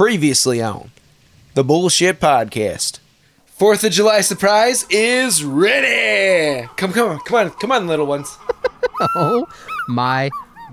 Previously on the Bullshit Podcast. Fourth of July surprise is ready. Come, come on, come on, come on, little ones. Oh my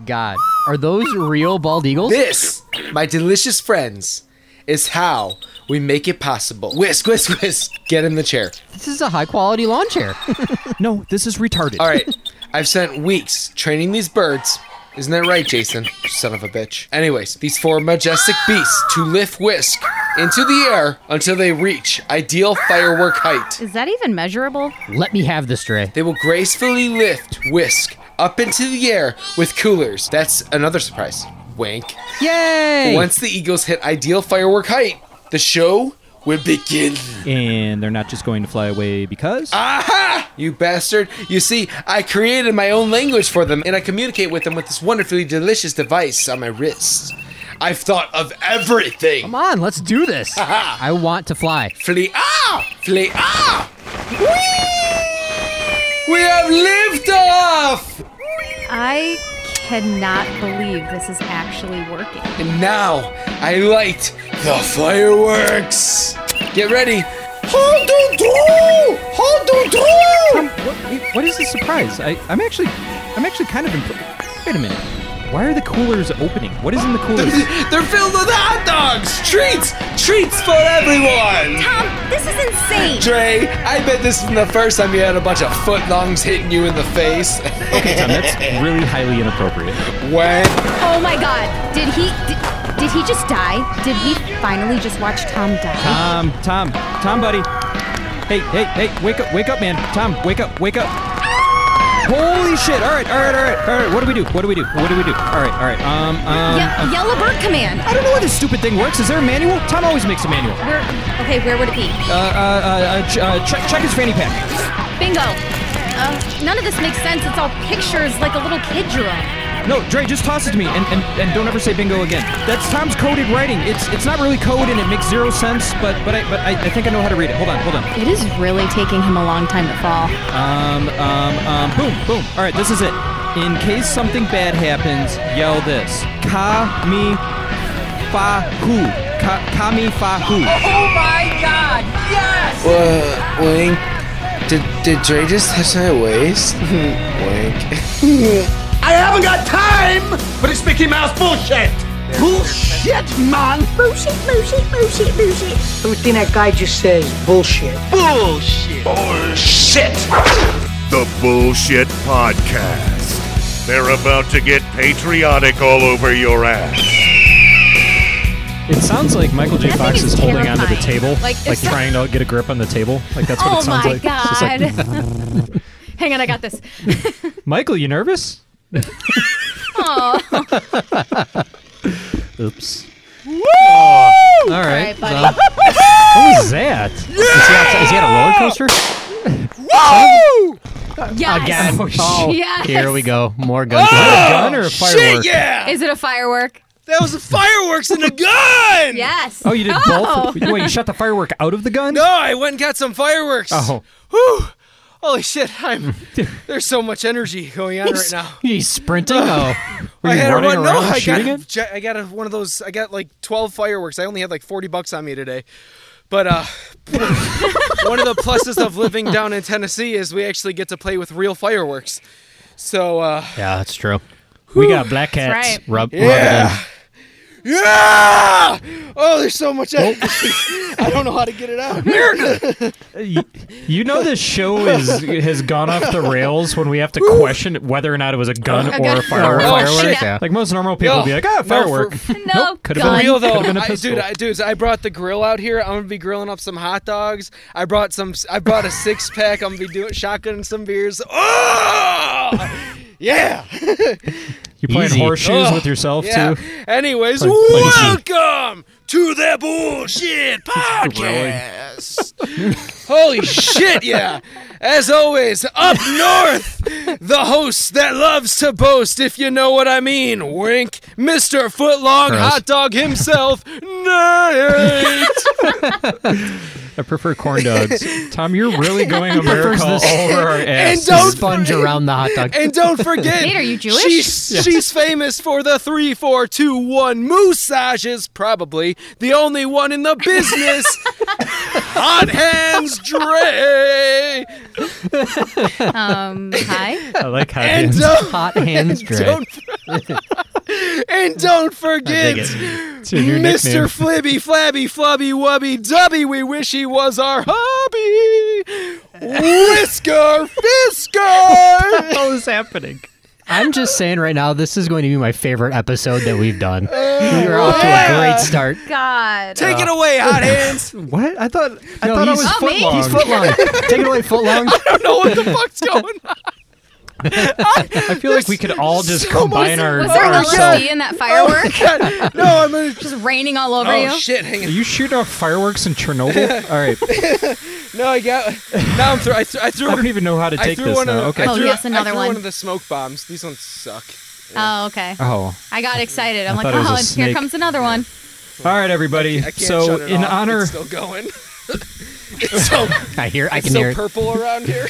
god. Are those real bald eagles? This, my delicious friends, is how we make it possible. Whisk, whisk, whisk. Get in the chair. This is a high quality lawn chair. No, this is retarded. All right, I've spent weeks training these birds. Isn't that right, Jason? Son of a bitch. Anyways, these four majestic beasts to lift Whisk into the air until they reach ideal firework height. Is that even measurable? Let me have this tray. They will gracefully lift Whisk up into the air with coolers. That's another surprise. Wink. Yay! Once the Eagles hit ideal firework height, the show will begin. And they're not just going to fly away because Ah. Aha! You bastard. You see, I created my own language for them and I communicate with them with this wonderfully delicious device on my wrist. I've thought of everything. Come on, let's do this. I want to fly. Flee ah! Flee ah! Whee! We have liftoff! I cannot believe this is actually working. And now I light the fireworks. Get ready. Hold on, do! Hold on, do! Um, what, what is the surprise? I, I'm actually, I'm actually kind of impressed. Wait a minute. Why are the coolers opening? What is in the coolers? They're filled with hot dogs, treats, treats for everyone. Tom, this is insane. Dre, I bet this isn't the first time you had a bunch of footlongs hitting you in the face. okay, Tom, that's really highly inappropriate. when? Oh my god. Did he did, did he just die? Did we finally just watch Tom die? Um, Tom, Tom, buddy. Hey, hey, hey! Wake up, wake up, man! Tom, wake up, wake up! Holy shit! All right, all right, all right, all right. What do we do? What do we do? What do we do? All right, all right. Um, um. Ye- yell a bird command. I don't know how this stupid thing works. Is there a manual? Tom always makes a manual. Where Okay, where would it be? Uh, uh, uh, uh, ch- uh check, check his fanny pack. Bingo. Uh, none of this makes sense. It's all pictures like a little kid drew 'em. No, Dre, just toss it to me, and, and, and don't ever say bingo again. That's Tom's coded writing. It's it's not really code, and it makes zero sense. But but I but I, I think I know how to read it. Hold on, hold on. It is really taking him a long time to fall. Um um um. Boom boom. All right, this is it. In case something bad happens, yell this: Ka mi fa hu. Ka, ka mi fa hu. Uh, wink. Did, did Dre just touch my waist? wink. I haven't got time for this Mickey Mouse bullshit. Bullshit, man. bullshit, bullshit, bullshit, bullshit. Everything that guy just says, bullshit. Bullshit. Bullshit. The Bullshit Podcast. They're about to get patriotic all over your ass. It sounds like Michael J. That Fox thing is is holding onto the terrifying. table, Like, like, if some- trying to get a grip on the table. Like that's what Oh it sounds my like. It's just god. like, Hang on, I got this. Michael, you nervous? Oh. Oops. All right. Alright, buddy. What was that? Is he, outside, is he at a roller coaster? Oh, Yes. Again. Oh, shit. Yes. Here we go. More guns. gun or a firework? Oh, yeah! Is it a firework? That was fireworks and a gun! Yes. Oh, you did Oh. both. Wait, you shot the firework out of the gun? No, I went and got some fireworks. Oh. Whew. Holy shit, I'm. There's so much energy going on right now. He's sprinting. Oh. Were I you had a running run. around No, I got, shooting a- it? ja- I got a, one of those. I got like 12 fireworks. I only had like 40 bucks on me today. But uh, one of the pluses of living down in Tennessee is we actually get to play with real fireworks. So, uh, Yeah, that's true. We got black cats. right. Rub, rub it in. yeah! Oh, there's so much energy. I don't know how to get it out. You, you know this show is has gone off the rails when we have to question whether or not it was a gun A or gun. a firework. Oh, Fireworks, shit. yeah. Like most normal people No. would be like, ah, No, firework. for- No, could've gun. been real though, Could've been a I, pistol. dude, I, dudes, I brought the grill out here. I'm gonna be grilling up some hot dogs. I brought some. I brought a six pack. I'm gonna be doing shotgun some beers. Oh, yeah, You're playing Easy. horseshoes Ugh. with yourself yeah. too. Anyways, Like, like- welcome to the bullshit podcast. Holy shit, yeah. As always, up north, the host that loves to boast, if you know what I mean. Wink, Mr. Footlong Gross. Hot Dog himself, Nate. I prefer corn dogs. Tom, you're really going prefers America this- all over our ass. And don't sponge around the hot dog. And don't forget, Nate, are you Jewish? She's, she's famous for the three, four, two, one moussages, probably the only one in the business. Hot hands, Dre. Um, hi. I like hot And hands. don't, Hot hands, Dre. don't and don't forget. It's your new nickname. Mr. Flibby, Flabby, Flubby, Wubby, Dubby, we wish he was our hobby. Whisker, Fisker. What is happening? I'm just saying right now, this is going to be my favorite episode that we've done. Oh, we are off to a great start. God. Take it away, Hot Hands. What? I thought I No, thought I he's- Oh, was me? footlong. He's footlong. Take it away, footlong. I don't know what the fuck's going on. I feel like we could all just so much- combine our, Oh, Was there ourselves. LSD in that firework? No, I'm gonna. Just raining all over you. Oh shit! Hang on. Are you shooting off fireworks in Chernobyl? all right. No, I got. Now I'm through. I, th- I threw. I don't even know how to I take threw this one now. Of, Okay. I Oh, threw- yes, I another threw one. of the smoke bombs. These ones suck. Oh, okay. Oh. I got excited. I'm I like, thought it was a oh, and here snake. comes another one. All right, everybody. I can't So shut it in off. honor, It's still going. it's so, I hear. I it's can so hear. it. purple around here.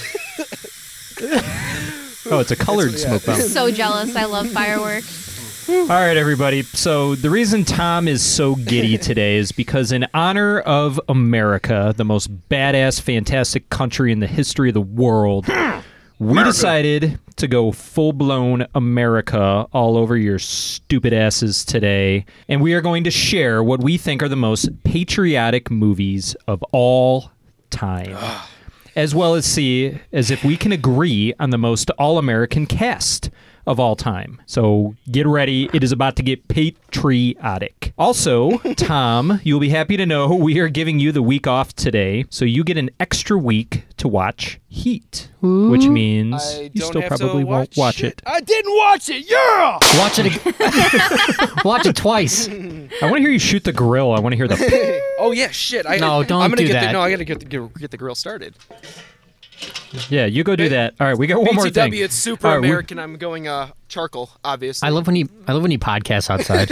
oh, it's a colored It's- yeah. smoke bomb. So jealous. I love fireworks. All right, everybody. So the reason Tom is so giddy today is because in honor of America, the most badass, fantastic country in the history of the world, we decided to go full blown America all over your stupid asses today. And we are going to share what we think are the most patriotic movies of all time. As well as see as if we can agree on the most all American cast of all time. So get ready. It is about to get patriotic. Also, Tom, you'll be happy to know we are giving you the week off today. So you get an extra week to watch Heat, which means I you don't still have probably to won't watch it. I didn't watch it. Yeah. Watch it. Again. Watch it twice. I want to hear you shoot the grill. I want to hear the. Oh yeah, shit. I, No, don't I'm gonna do get that. The, no, I gotta get the, get, the grill started. yeah, you go do that. All right, we got one more BTW, thing. it's super All right, we- American. I'm going uh charcoal, obviously. I love when he. I love when he podcasts outside.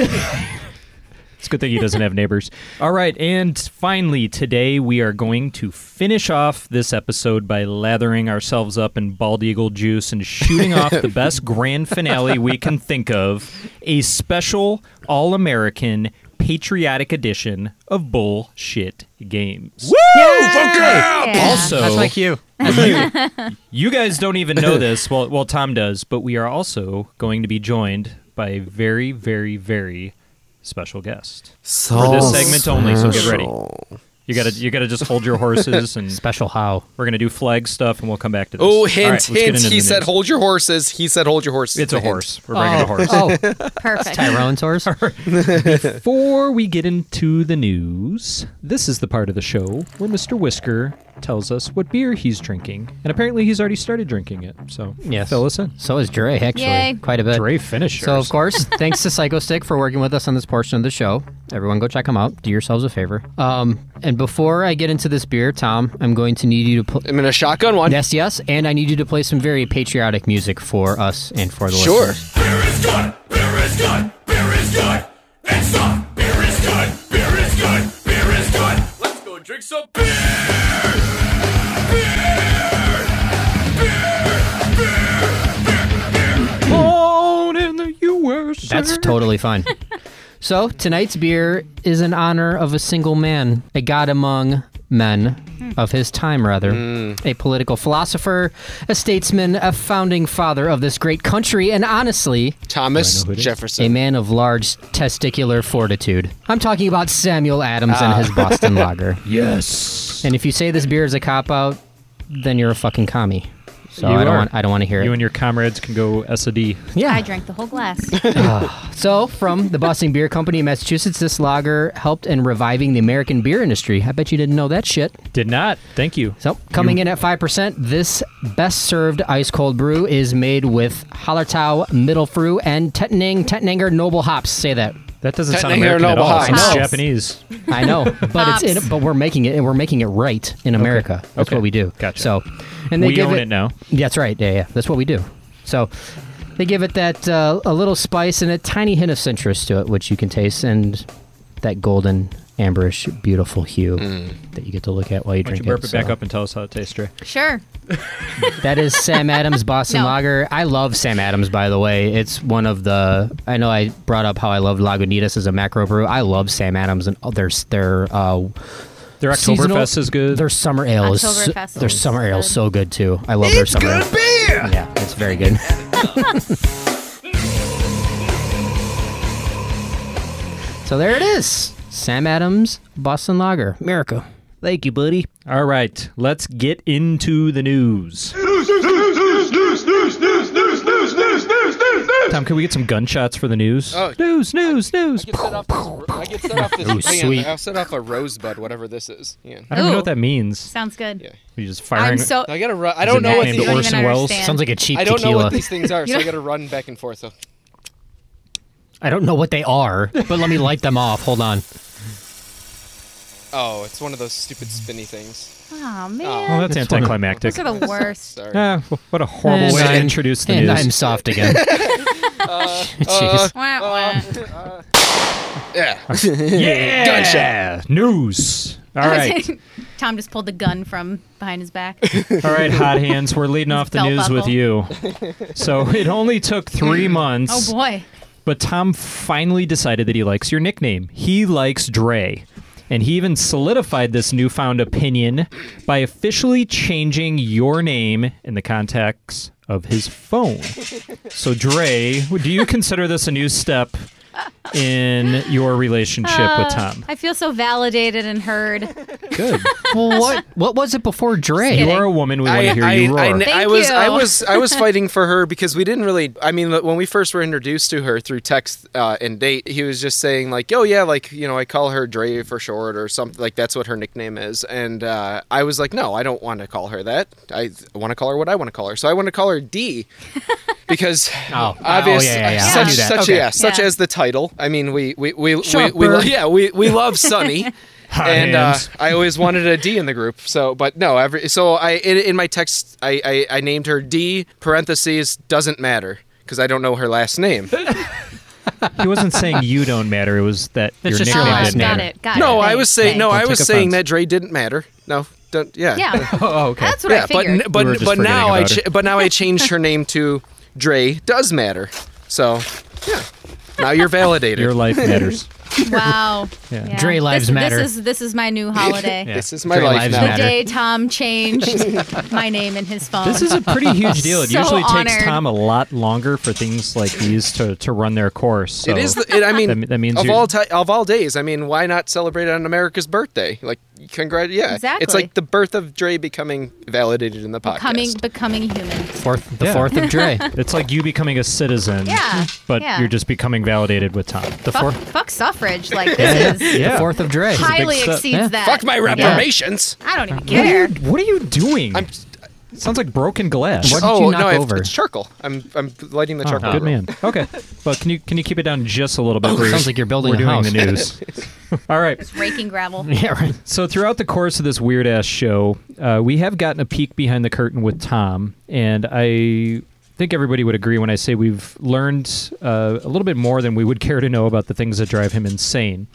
It's a good thing he doesn't have neighbors. All right, and finally, today we are going to finish off this episode by lathering ourselves up in bald eagle juice and shooting off the best grand finale we can think of a special all American patriotic edition of Bullshit Games. Oh, Yeah. Also, That's my cue. you guys don't even know this. Well, well, Tom does, but we are also going to be joined by a very, very, very special guest for this segment only. So get ready. You gotta, you gotta just hold your horses, and Special how. we're gonna do flag stuff, and we'll come back to this. Oh, All hint, right, let's get hint. into He the said, news. "Hold your horses." He said, "Hold your horses." It's a hint. horse. We're bringing a horse. Oh, Perfect. Tyrone's horse. Before we get into the news, this is the part of the show where Mr. Whisker tells us what beer he's drinking, and apparently he's already started drinking it. So Yes. fill us in. So is Dre actually. Yay. Quite a bit. Dre finisher. So, of course, thanks to Psycho Stick for working with us on this portion of the show. Everyone, go check them out. Do yourselves a favor. Um, and before I get into this beer, Tom, I'm going to need you to play. I'm gonna shotgun one. Yes, yes, and I need you to play some very patriotic music for us and for the Sure. listeners. Beer is good. Beer is good. Beer is good. And some beer is good. Beer is good. Beer is good. Let's go drink some beer. Born in the U.S. That's totally fine. so tonight's beer is in honor of a single man, a god among men of his time, rather, Hmm. a political philosopher, a statesman, a founding father of this great country, and honestly, Thomas A Jefferson. man of large testicular fortitude. I'm talking about Samuel Adams Ah. and his Boston Lager. Yes. And if you say this beer is a cop out, then you're a fucking commie. So You I don't are. want I don't want to hear You it. and your comrades can go SOD. yeah. I drank the whole glass. So from the Boston Beer Company in Massachusetts, this lager helped in reviving the American beer industry. I bet you didn't know that shit. Did not. Thank you. So coming in at five percent, this best served ice cold brew is made with Hallertau, Middlefru, and Tettening Tettinger Noble hops. Say that That doesn't sound Technically, American no at all. It behind. sounds No. Japanese. I know, but it's in, but we're making it and we're making it right in America. That's Okay. what we do. Gotcha. So, and they We give own it now. That's right. Yeah, yeah. That's what we do. So, they give it that uh, a little spice and a tiny hint of citrus to it, which you can taste, and that golden amberish, beautiful hue that you get to look at while you Why don't drink you burp it, so. back up and tell us how it tastes, Trey? Sure. That is Sam Adams Boston No. Lager. I love Sam Adams, by the way. It's one of the. I know I brought up how I love Lagunitas as a macro brew. I love Sam Adams and their their uh, Their seasonal- Oktoberfest is good. Their summer ale is so, Oktoberfest their is summer ale is good. so good too. I love their summer. ale. beer. Yeah, it's very good. so there it is, Sam Adams Boston Lager, America. Thank you, buddy. All right, let's get into the news. Tom, can we get some gunshots for the news? Oh. News, news, news. Get set off this- I get set off this Ooh, thing. sweet. I'll set off a rosebud, whatever this is. Yeah. I don't even know Ooh. what that means. Sounds good. You're just I'm firing. so. I gotta run. I Is it don't know what named these. don't Orson even Welles. understand. Sounds like a cheap I don't know tequila. what these things are, so I Yeah. gotta run back and forth. So. I don't know what they are, but let me light them off. Hold on. Oh, it's one of those stupid spinny things. Oh Well, man, that's It's one of- anticlimactic. those are the worst. Sorry. Ah, wh- what a horrible way to I'm- introduce the and news. I'm soft again. Uh, Jeez. Wah, wah. yeah. yeah, gunshot news. All right, Tom just pulled the gun from behind his back. all right, hot hands. We're leading off the Belt news with buckle. you. So it only took three months. Oh boy. But Tom finally decided that he likes your nickname. He likes Dre. And he even solidified this newfound opinion by officially changing your name in the context of his phone. So, Dre, do you consider this a new step in your relationship with Uh, Tom? I feel so validated and heard. Good. well, what what was it before Dre? You are a woman. We want to hear you roar. I, Thank was I you. was I was fighting for her because we didn't really I mean when we first were introduced to her through text uh, and date he was just saying like oh yeah like you know I call her Dre for short or something like that's what her nickname is and uh, I was like no I don't want to call her that I want to call her what I want to call her so I want to call her D because Oh, Ah, obviously oh, yeah, yeah, yeah. such I knew that. such Okay. yeah such Yeah. as the title I mean we we we we, Shut we, up, lo- Bert. yeah we we love Sunny. Hot and uh, hands. I always wanted a D in the group. So, but no, every so I in, in my text I, I I named her D parentheses doesn't matter because I don't know her last name. he wasn't saying you don't matter. It was that your just nickname your last Oh, didn't name. got matter. it. Got it. no, I Thanks, was saying no, thanks. I Don't was take saying offense. that Dre didn't matter. No, don't yeah Yeah. Oh, okay. That's what yeah. I figured. But We were but just but forgetting now I about ch- her. but now I changed her name to Dre does matter. So yeah, now you're validated. Your life matters. wow. Yeah. Dre lives this, matter. This is this is my new holiday. Yeah. This is my Dre life lives now. The Matter. day Tom changed my name in his phone. This is a pretty huge deal. It So usually takes honored. Tom a lot longer for things like these to, to run their course. So It is. The, it, I mean, That- that means of you're- all ti- of all days. I mean, why not celebrate on America's birthday? Like, congrat. Yeah, It's Exactly. like the birth of Dre becoming validated in the podcast. becoming becoming human. Fourth, the Yeah. fourth of Dre. It's like you becoming a citizen. Yeah, But yeah. you're just becoming validated with Tom. The Fuck, fourth. fuck suffrage. Like this is Yeah. Fourth of Dre. highly step. exceeds Yeah. that. Fuck my reformations. I don't even What are, care. you, what are you doing? I'm. Sounds like broken glass. What- did oh you no, knock I- over? it's charcoal. I'm I'm lighting the Oh, charcoal. good room. man. Okay. But can you can you keep it down just a little Oh, bit? We're- Sounds like you're building We're a doing house. the news. All right. Raking gravel. Yeah, right. So throughout the course of this weird ass show, uh, we have gotten a peek behind the curtain with Tom, and I think everybody would agree when I say we've learned uh, a little bit more than we would care to know about the things that drive him insane.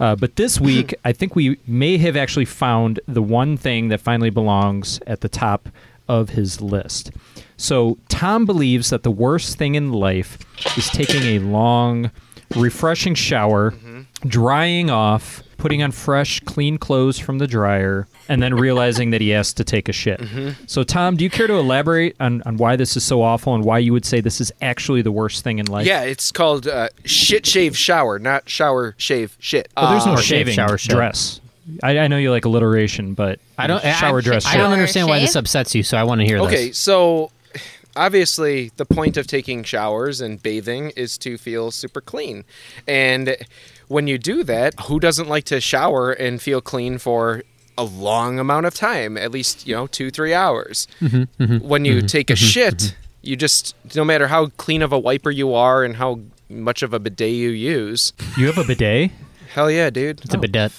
Uh, but this week, I think we may have actually found the one thing that finally belongs at the top of his list. So Tom believes that the worst thing in life is taking a long, refreshing shower, Mm-hmm. drying off, putting on fresh, clean clothes from the dryer, and then realizing that he has to take a shit. Mm-hmm. So Tom, do you care to elaborate on, on why this is so awful and why you would say this is actually the worst thing in life? Yeah, it's called uh, shit shave shower, not shower shave shit. Well, there's no Uh, shaving. shower, shower. dress. I, I know you like alliteration, but I don't. I- shower I, dress. I shit. don't understand why Shave? this upsets you, so I want to hear Okay, this. so obviously the point of taking showers and bathing is to feel super clean. And when you do that, who doesn't like to shower and feel clean for a long amount of time, at least, you know, 2-3 hours. Mm-hmm, when you take a shit, you just no matter how clean of a wiper you are and how much of a bidet you use, You have a bidet? Hell yeah, dude. It's a bidet.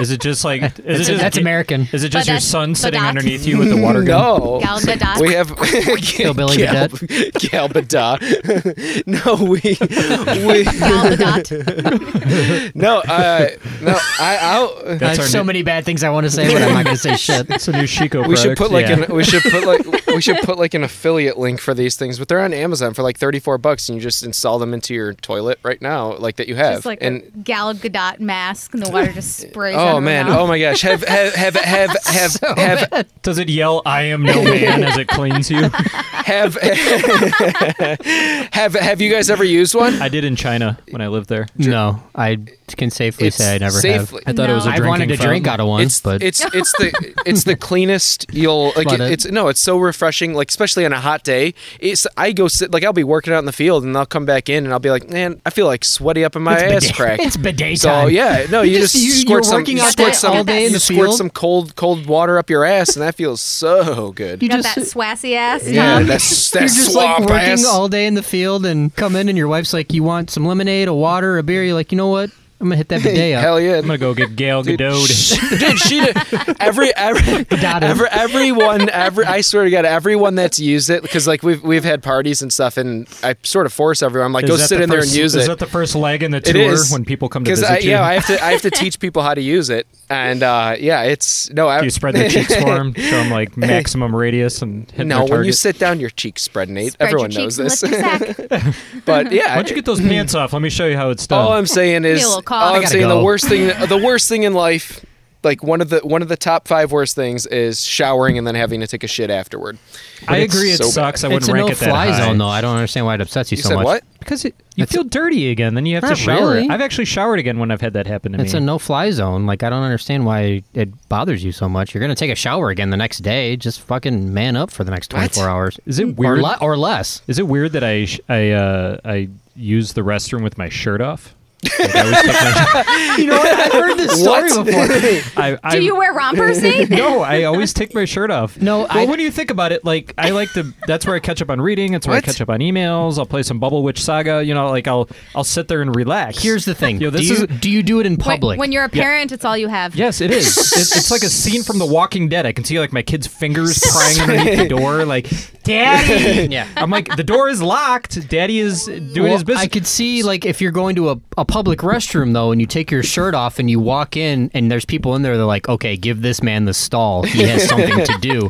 Is it just like is it That's, just, that's American. Is it just your Bidet. son sitting Bidet. underneath you with the water gun? No. Gal Gadot. Oh, We have Hillbilly Hillbilly Gal, Gal Gadot. no, we Gal Gadot. we no uh no I I'll, I have our so new- many bad things I want to say, but I'm not going to say shit. It's a new Chico. we should product. put like Yeah. an we should put like we should put like an affiliate link for these things, but they're on Amazon for like thirty four bucks, and you just install them into your toilet right now, like that you have. Just like and a Gal Gadot mask, and the water just sprays. out of oh her man, mouth. oh my gosh, have have have have have have, Does it yell "I am no man" as it cleans you? have have have you guys ever used one? I did in China when I lived there. No, I can safely It's say I never safely- have. thought it was a I've wanted to drinking drink fountain. out of one, It's but it's it's the it's the cleanest you'll like. Flood It, it. it's no, it's so refreshing. Like especially on a hot day, it's I go sit like I'll be working out in the field and I'll come back in and I'll be like, man, I feel like sweaty up in my ass crack. it's bidet so time. yeah, no, you, You just, just- you- squirt you're some, working you out squirt that some, all day in you the squirt field? some cold cold water up your ass and that feels so good. You Got just- that swassy ass. yeah, Tom. that's You're that just like swamp working ass. all day in the field and come in and your wife's like, "You want some lemonade, a water, a beer?" You're like, "You know what? I'm gonna hit that bidet up." Hell yeah! I'm gonna go get Gail Godot. She- Dude, she did. Every every, Got him. every everyone every I swear to God, everyone that's used it because like we've we've had parties and stuff, and I sort of force everyone. I'm like, go that sit the in there and first- use Is it. that the first leg in the It tour is. when people come to 'Cause visit I, you? Yeah, I have to I have to teach people how to use it, and uh, yeah, it's no. I, Do you spread their cheeks for them, show them like maximum radius and hit No, their when you target? sit down, your cheeks spread, Nate. Spread Everyone your knows cheeks and this. lift your sack. but yeah, Why don't you get those pants off? Let me show you how it's done. All Oh, I'm saying is, a little cough. all I I'm gotta saying the go. worst thing, the worst thing in life, like one of the one of the top five worst things is showering and then having to take a shit afterward. I it's agree, it so sucks. I wouldn't it's a rank it that no-fly high. zone, though. I don't understand why it upsets you, You so said much. what? Because it, you That's- feel dirty again, then you have to Not shower. really. I've actually showered again when I've had that happen to It's me. a no-fly zone. Like I don't understand why it bothers you so much. You're gonna take a shower again the next day. Just fucking man up for the next 24 hours. Is it Or, weird? le- or less. Is it weird that I sh- I uh, I use the restroom with my shirt off? Like, I always took my- You know what? I've heard this story before. I- I- Do you wear rompers, Nate? No, I always take my shirt off. No, well, I- when you think about it, like I like to. That's where I catch up on reading. That's where What? I catch up on emails. I'll play some Bubble Witch Saga. You know, like I'll I'll sit there and relax. Here's the thing. Yo, this do, you, is do you do it in When- public? When you're a parent, it's all you have. yes, it is. It's, it's like a scene from The Walking Dead. I can see like my kid's fingers prying underneath the door. Like, Daddy. Yeah. I'm like, the door is locked. Daddy is doing Well, his business. I could see like if you're going to a, a public restroom though, and you take your shirt off and you walk in, and there's people in there. They're like, okay, give this man the stall. He has something to do.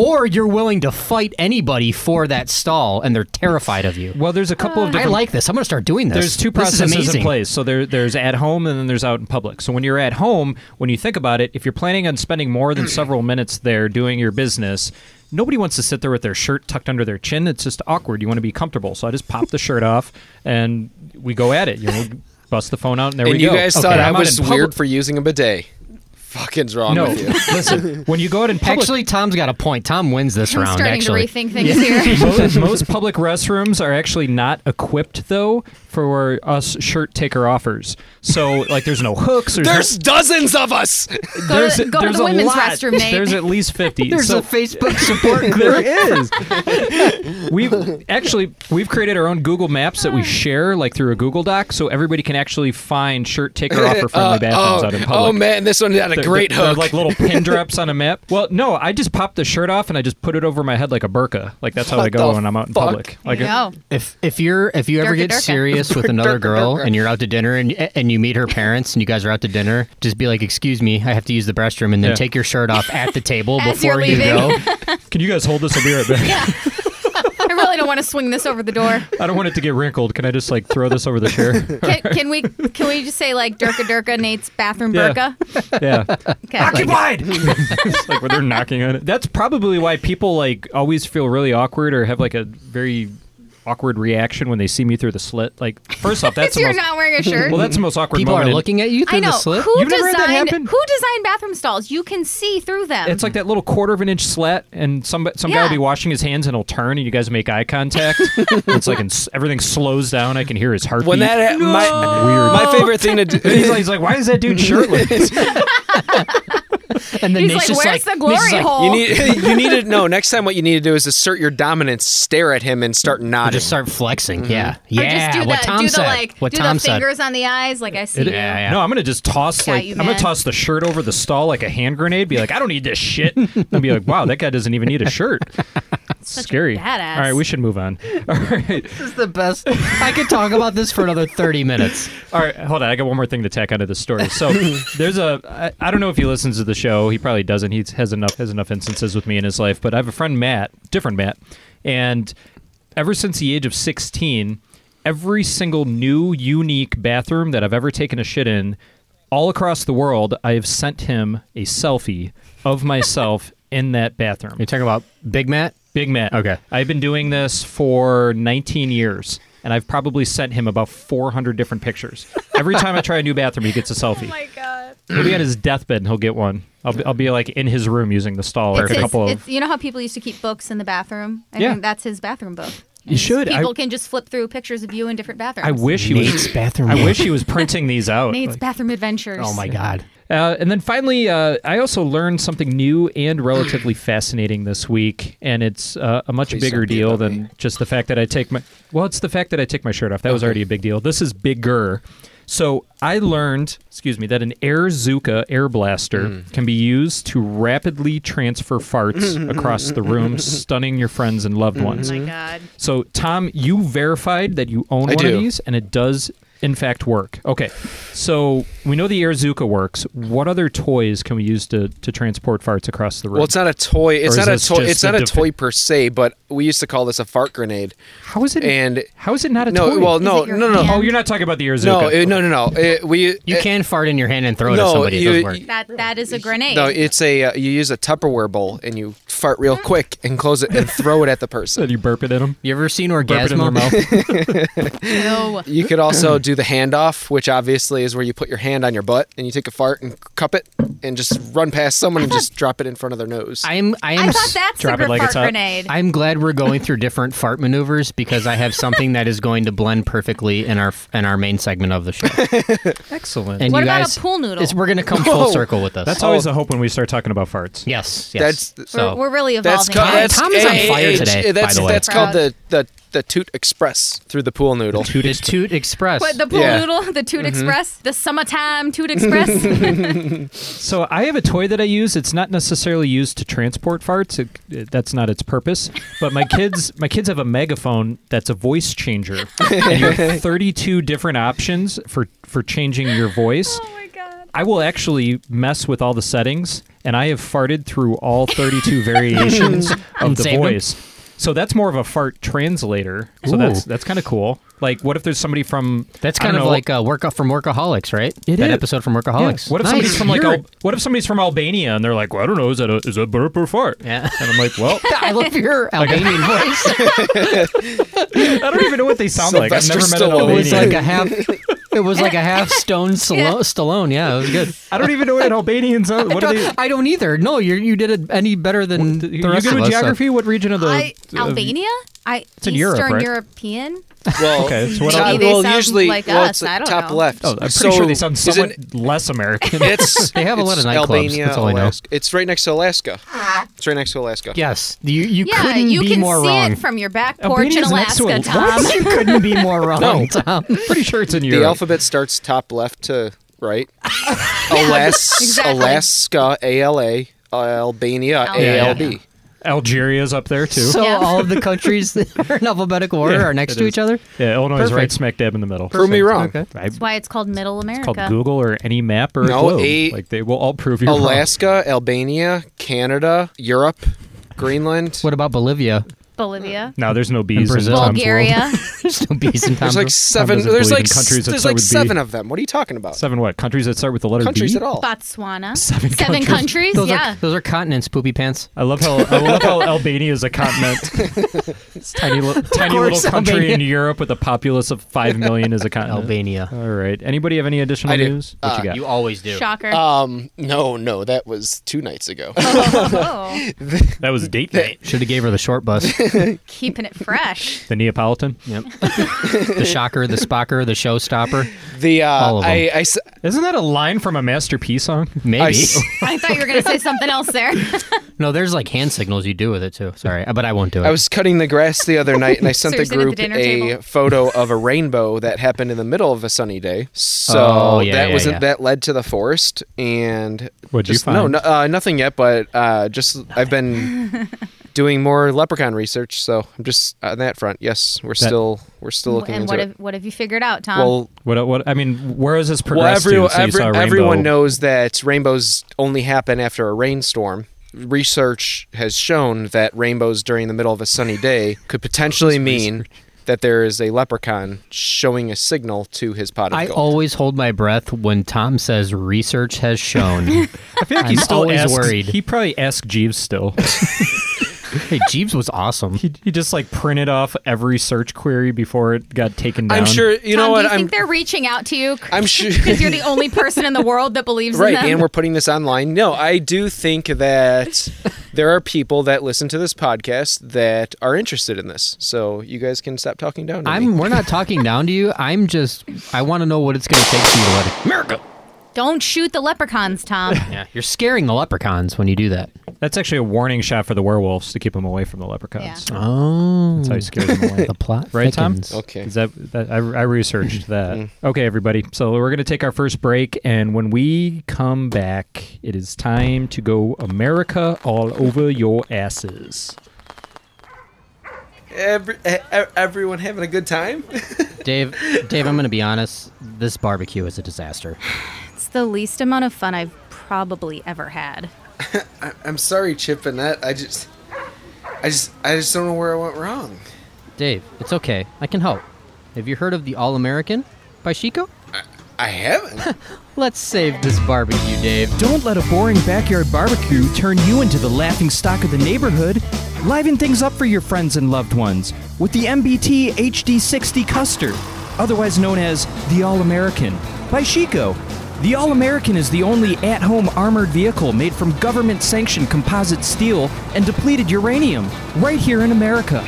Or you're willing to fight anybody for that stall, and they're terrified of you. well, there's a couple of I different like this. I'm gonna start doing this. There's two This is processes in amazing. place. So there, there's at home and then there's out in public. So when you're at home, when you think about it, if you're planning on spending more than several minutes there doing your business, nobody wants to sit there with their shirt tucked under their chin. It's just awkward. You want to be comfortable. So I just pop the shirt off and we go at it. You know, bust the phone out and there And we you go. guys thought I I'm out was in public- weird for using a bidet. Fucking's wrong No, with you. listen. When you go out in public, Actually, Tom's got a point. Tom wins this I'm round. starting actually, to rethink things here. most, most public restrooms are actually not equipped though for us shirt taker offers. So like, there's no hooks. There's, no- There's dozens of us. Go to the- go to the women's restroom, Nate. There's at least fifty. there's So a Facebook support there group. is. we've actually we've created our own Google Maps that we Hmm. share like through a Google Doc, so everybody can actually find shirt taker offer friendly bathrooms oh, out in oh, public. man, this one had a They're- great they're- they're hook. like little pin drops on a map. Well, no, I just pop the shirt off and I just put it over my head like a burqa. Like that's how I What the go when I'm out in fuck? public. Like no. If if you're if you ever Durka, get durka. serious with another Durka, girl durka. and you're out to dinner and and you meet her parents and you guys are out to dinner, just be like, "Excuse me, I have to use the restroom," and then Yeah. take your shirt off at the table As before you're you go. leaving. Can you guys hold this? I'll be right back. I really don't want to swing this over the door. I don't want it to get wrinkled. Can I just like throw this over the chair? Can, can we can we just say like Durka Durka Nate's bathroom Yeah. burka? Yeah. Okay. occupied. it's like where they're knocking on it. That's probably why people like always feel really awkward or have like a very awkward reaction when they see me through the slit. Like first off, that's If the you're most, not wearing a shirt. well, that's the most awkward People moment. are in- looking at you through I know. the slit. Who You've never had designed that happen? who designed bathroom stalls? You can see through them. It's like that little quarter of an inch slat, and some some guy Yeah. will be washing his hands, and he'll turn, and you guys make eye contact. it's like and s- everything slows down. I can hear his heartbeat. when that my Weird. my favorite thing to do. he's, like, he's like, why is that dude shirtless? and the He's like, nation's "Where's the glory nation's like, hole?" You need you need to no. Next time, what you need to do is assert your dominance, stare at him, and start nodding. Just start flexing. Mm-hmm. Yeah, Or yeah. just do the, what Tom do the said. like, what do Tom the said. fingers on the eyes, like I see you. yeah, yeah. No, I'm gonna just toss Got like you, I'm gonna man. toss the shirt over the stall like a hand grenade. Be like, I don't need this shit. And be like, wow, that guy doesn't even need a shirt. Such a Scary. badass. All right, we should move on. All right, This is the best. I could talk about this for another 30 minutes. all right. Hold on, I got one more thing to tack onto the story. So there's a I, I don't know if he listens to the show. He probably doesn't. He has enough has enough instances with me in his life. But I have a friend Matt, different Matt, and ever since the age of 16, every single new unique bathroom that I've ever taken a shit in, all across the world, I have sent him a selfie of myself in that bathroom. You're talking about Big Matt? Big Matt. Okay. I've been doing this for 19 years, and I've probably sent him about 400 different pictures. Every time I try a new bathroom, he gets a selfie. Oh my god. He'll be at his deathbed, and he'll get one. I'll be, I'll be like in his room using the stall or a It's his- couple of. it's- you know how people used to keep books in the bathroom? I Yeah. think that's his bathroom book. You should. I, People can just flip through pictures of you in different bathrooms. I wish he was. bathroom. I wish he was printing these out. Nate's Like- bathroom adventures. Oh my God. Uh, and then finally, uh, I also learned something new and relatively fascinating this week, and it's uh, a much Please bigger don't be deal about than me. just the fact that I take my. Well, it's the fact that I take my shirt off. That was already a big deal. This is bigger. So I learned, excuse me, that an air Zuka air blaster Hmm. can be used to rapidly transfer farts across the room, stunning your friends and Hmm. loved ones. Oh my god. So, Tom, you verified that you own I one do. of these, and it does, in fact, work. Okay. So, we know the Air Zuka works. What other toys can we use to, to transport farts across the room? Well, it's not a toy. It's Or is not a this toy. just It's a not a defi- toy per se, but we used to call this a fart grenade. how is it? and- how is it not a no, toy? well, no, it your no, no, oh, hand? you're not talking about the Air Zuka. no, it- no, no, no. It- we You Uh, it- can fart in your hand and throw it at No, somebody. it you- does work. That that is a grenade. No, it's a uh, you use a Tupperware bowl and you fart real quick and close it and throw it at the person. That you burp it in them. You ever seen Burp it in their Orgasmo? mouth. no. You could also do the handoff, which obviously is where you put your hand on your butt and you take a fart and cup it and just run past someone and just drop it in front of their nose. I am. I am. I thought s- that's the Drop it gr- like fart it's hot. grenade. I'm glad we're going through different fart maneuvers because I have something that is going to blend perfectly in our in our main segment of the show. Excellent. And What you about a guys, pool noodle? it's- we're going to come full Whoa. circle with this. That's Oh. always the hope when we start talking about farts. yes. Yes. That's- so we're, we're really evolving. that's ca- Tom- that's Tom is on hey, fire hey, today, hey, That's by the way. that's called the the the Toot Express through the pool noodle. the Toot Express. But the pool Yeah. noodle, the Toot Express, the summertime Toot Express. So I have a toy that I use. It's not necessarily used to transport farts. It, it- that's not its purpose. But my kids, my kids have a megaphone that's a voice changer. and you have 32 different options for for changing your voice. oh my god. I will actually mess with all the settings, and I have farted through all 32 variations of And the saved 'em? voice. So that's more of a fart translator. So Ooh. that's that's kind of cool. Like, what if there's somebody from That's I don't kind of know, like a work from Workaholics, right? It that is. episode from Yeah. Workaholics. What if Nice. somebody's from like You're- Al- What if somebody's from Albania and they're like, well, I don't know, is that a is that burp or fart? Yeah. And I'm like, well, I love your Albanian voice. I don't even know what they sound like. I've Sylvester never met an Stallone. It was Albanian. like a half. It was like a half Stone Stallone. Stallone. Yeah, it was good. I don't even know what an Albanian sounds. What are they? I don't either. No, you you did it any better than the You rest of good with us. geography? What region of the? uh, I, of- Albania? I in Eastern Europe, right? European? Well, Okay, so what Maybe I'll- they sound like well, us, it's I don't top know. left. Oh, I'm pretty So, sure they sound is it- somewhat less American. It's They have a lot it's of nightclubs, Albania, that's all I know. Alaska. It's right next to Alaska. It's right next to Alaska. Yes, you you Yeah, couldn't you be can more see wrong. it from your back porch Albania's in next to Alaska, it. What? Tom. you couldn't be more wrong, Tom. pretty sure it's in The Europe. alphabet starts top left to right. Alas- exactly. Alaska, A L A, Albania, Albania. A L B. Algeria's up there too. So Yeah. all of the countries that are in alphabetical order Yeah, are next it to is. each other. yeah, Illinois is right Perfect. smack dab in the middle. Prove me wrong. Okay. I, That's why it's called Middle America. called Google or any map or No, a globe. a- like they will all prove you Alaska, Albania, Canada, Europe, Greenland. What about Bolivia? Bolivia. wrong. No, there's no bees in Brazil. Tom's world. Bulgaria. There's no bees in Tom. There's like seven. doesn't There's like believe in s- countries that there's start like with B. seven of them. What are you talking about? Seven what? Countries that start with the letter countries B? at all? Botswana. Seven countries. countries. those yeah. are those are continents, poopy pants. I love how I love how Albania is a continent. It's tiny little tiny course, little country Albania. in Europe with a populace of five million is a continent. Albania. All right. Anybody have any additional I do. Uh, news? What you got? Uh, always do. Shocker. Um, no, no, that was two nights ago. oh. that was date night. Should have gave her the short bus. Keeping it fresh. The Neapolitan. Yep. the shocker, the spocker, the showstopper. The uh, All of 'em. I, I s- Isn't that a line from a Master P song? I Maybe. s- I thought you were going to say something else there. no, there's like hand signals you do with it too. Sorry, but I won't do it. I was cutting the grass the other night, and I sent the So you're sitting at group the dinner a table. photo of a rainbow that happened in the middle of a sunny day. So Oh, yeah, that yeah, wasn't yeah. that led to the forest, and What'd you just- No, find? no uh, nothing yet, but uh, just I've been doing more leprechaun research, so I'm just on that front. Yes, we're still we're still looking and into what um, it. have, what have you figured out, Tom? well, What? What? I mean, where is this well, progressed every- to? So you every- saw a rainbow. everyone knows that rainbows only happen after a rainstorm. Research has shown that rainbows during the middle of a sunny day could potentially mean that there is a leprechaun showing a signal to his pot of I gold. always hold my breath when Tom says research has shown. I feel like I'm he still always asks, worried. He probably asked Jeeves still. hey, Jeeves was awesome. he, he just like printed off every search query before it got taken down. I'm sure you know Tom, what do you I'm. think they're reaching out to you? I'm sure- because you're the only person in the world that believes in Right, them. and we're putting this online. No, I do think that there are people that listen to this podcast that are interested in this. So you guys can stop talking down to me. I'm. We're not talking down to you. I'm just. I want to know what it's going to take for you to let it. America. Don't shoot the leprechauns, Tom. Yeah, you're scaring the leprechauns when you do that. That's actually a warning shot for the werewolves to keep them away from the leprechauns. Oh, That's how he scares them away. the plot Right, Tom? thickens. Okay. Is that, that I, I researched that. okay, everybody. So we're going to take our first break, and when we come back, it is time to go America all over your asses. Every, e- e- everyone having a good time? Dave, Dave, I'm going to be honest. This barbecue is a disaster. It's the least amount of fun I've probably ever had. I'm sorry, Chip and that. I just, I just, I just don't know where I went wrong. Dave, it's okay. I can help. Have you heard of the All American by Chico? I haven't. Let's save this barbecue, Dave. Don't let a boring backyard barbecue turn you into the laughing stock of the neighborhood. Liven things up for your friends and loved ones with the MBT HD60 Custard, otherwise known as the All American, by Chico. The All American is the only at home armored vehicle made from government sanctioned composite steel and depleted uranium, right here in America.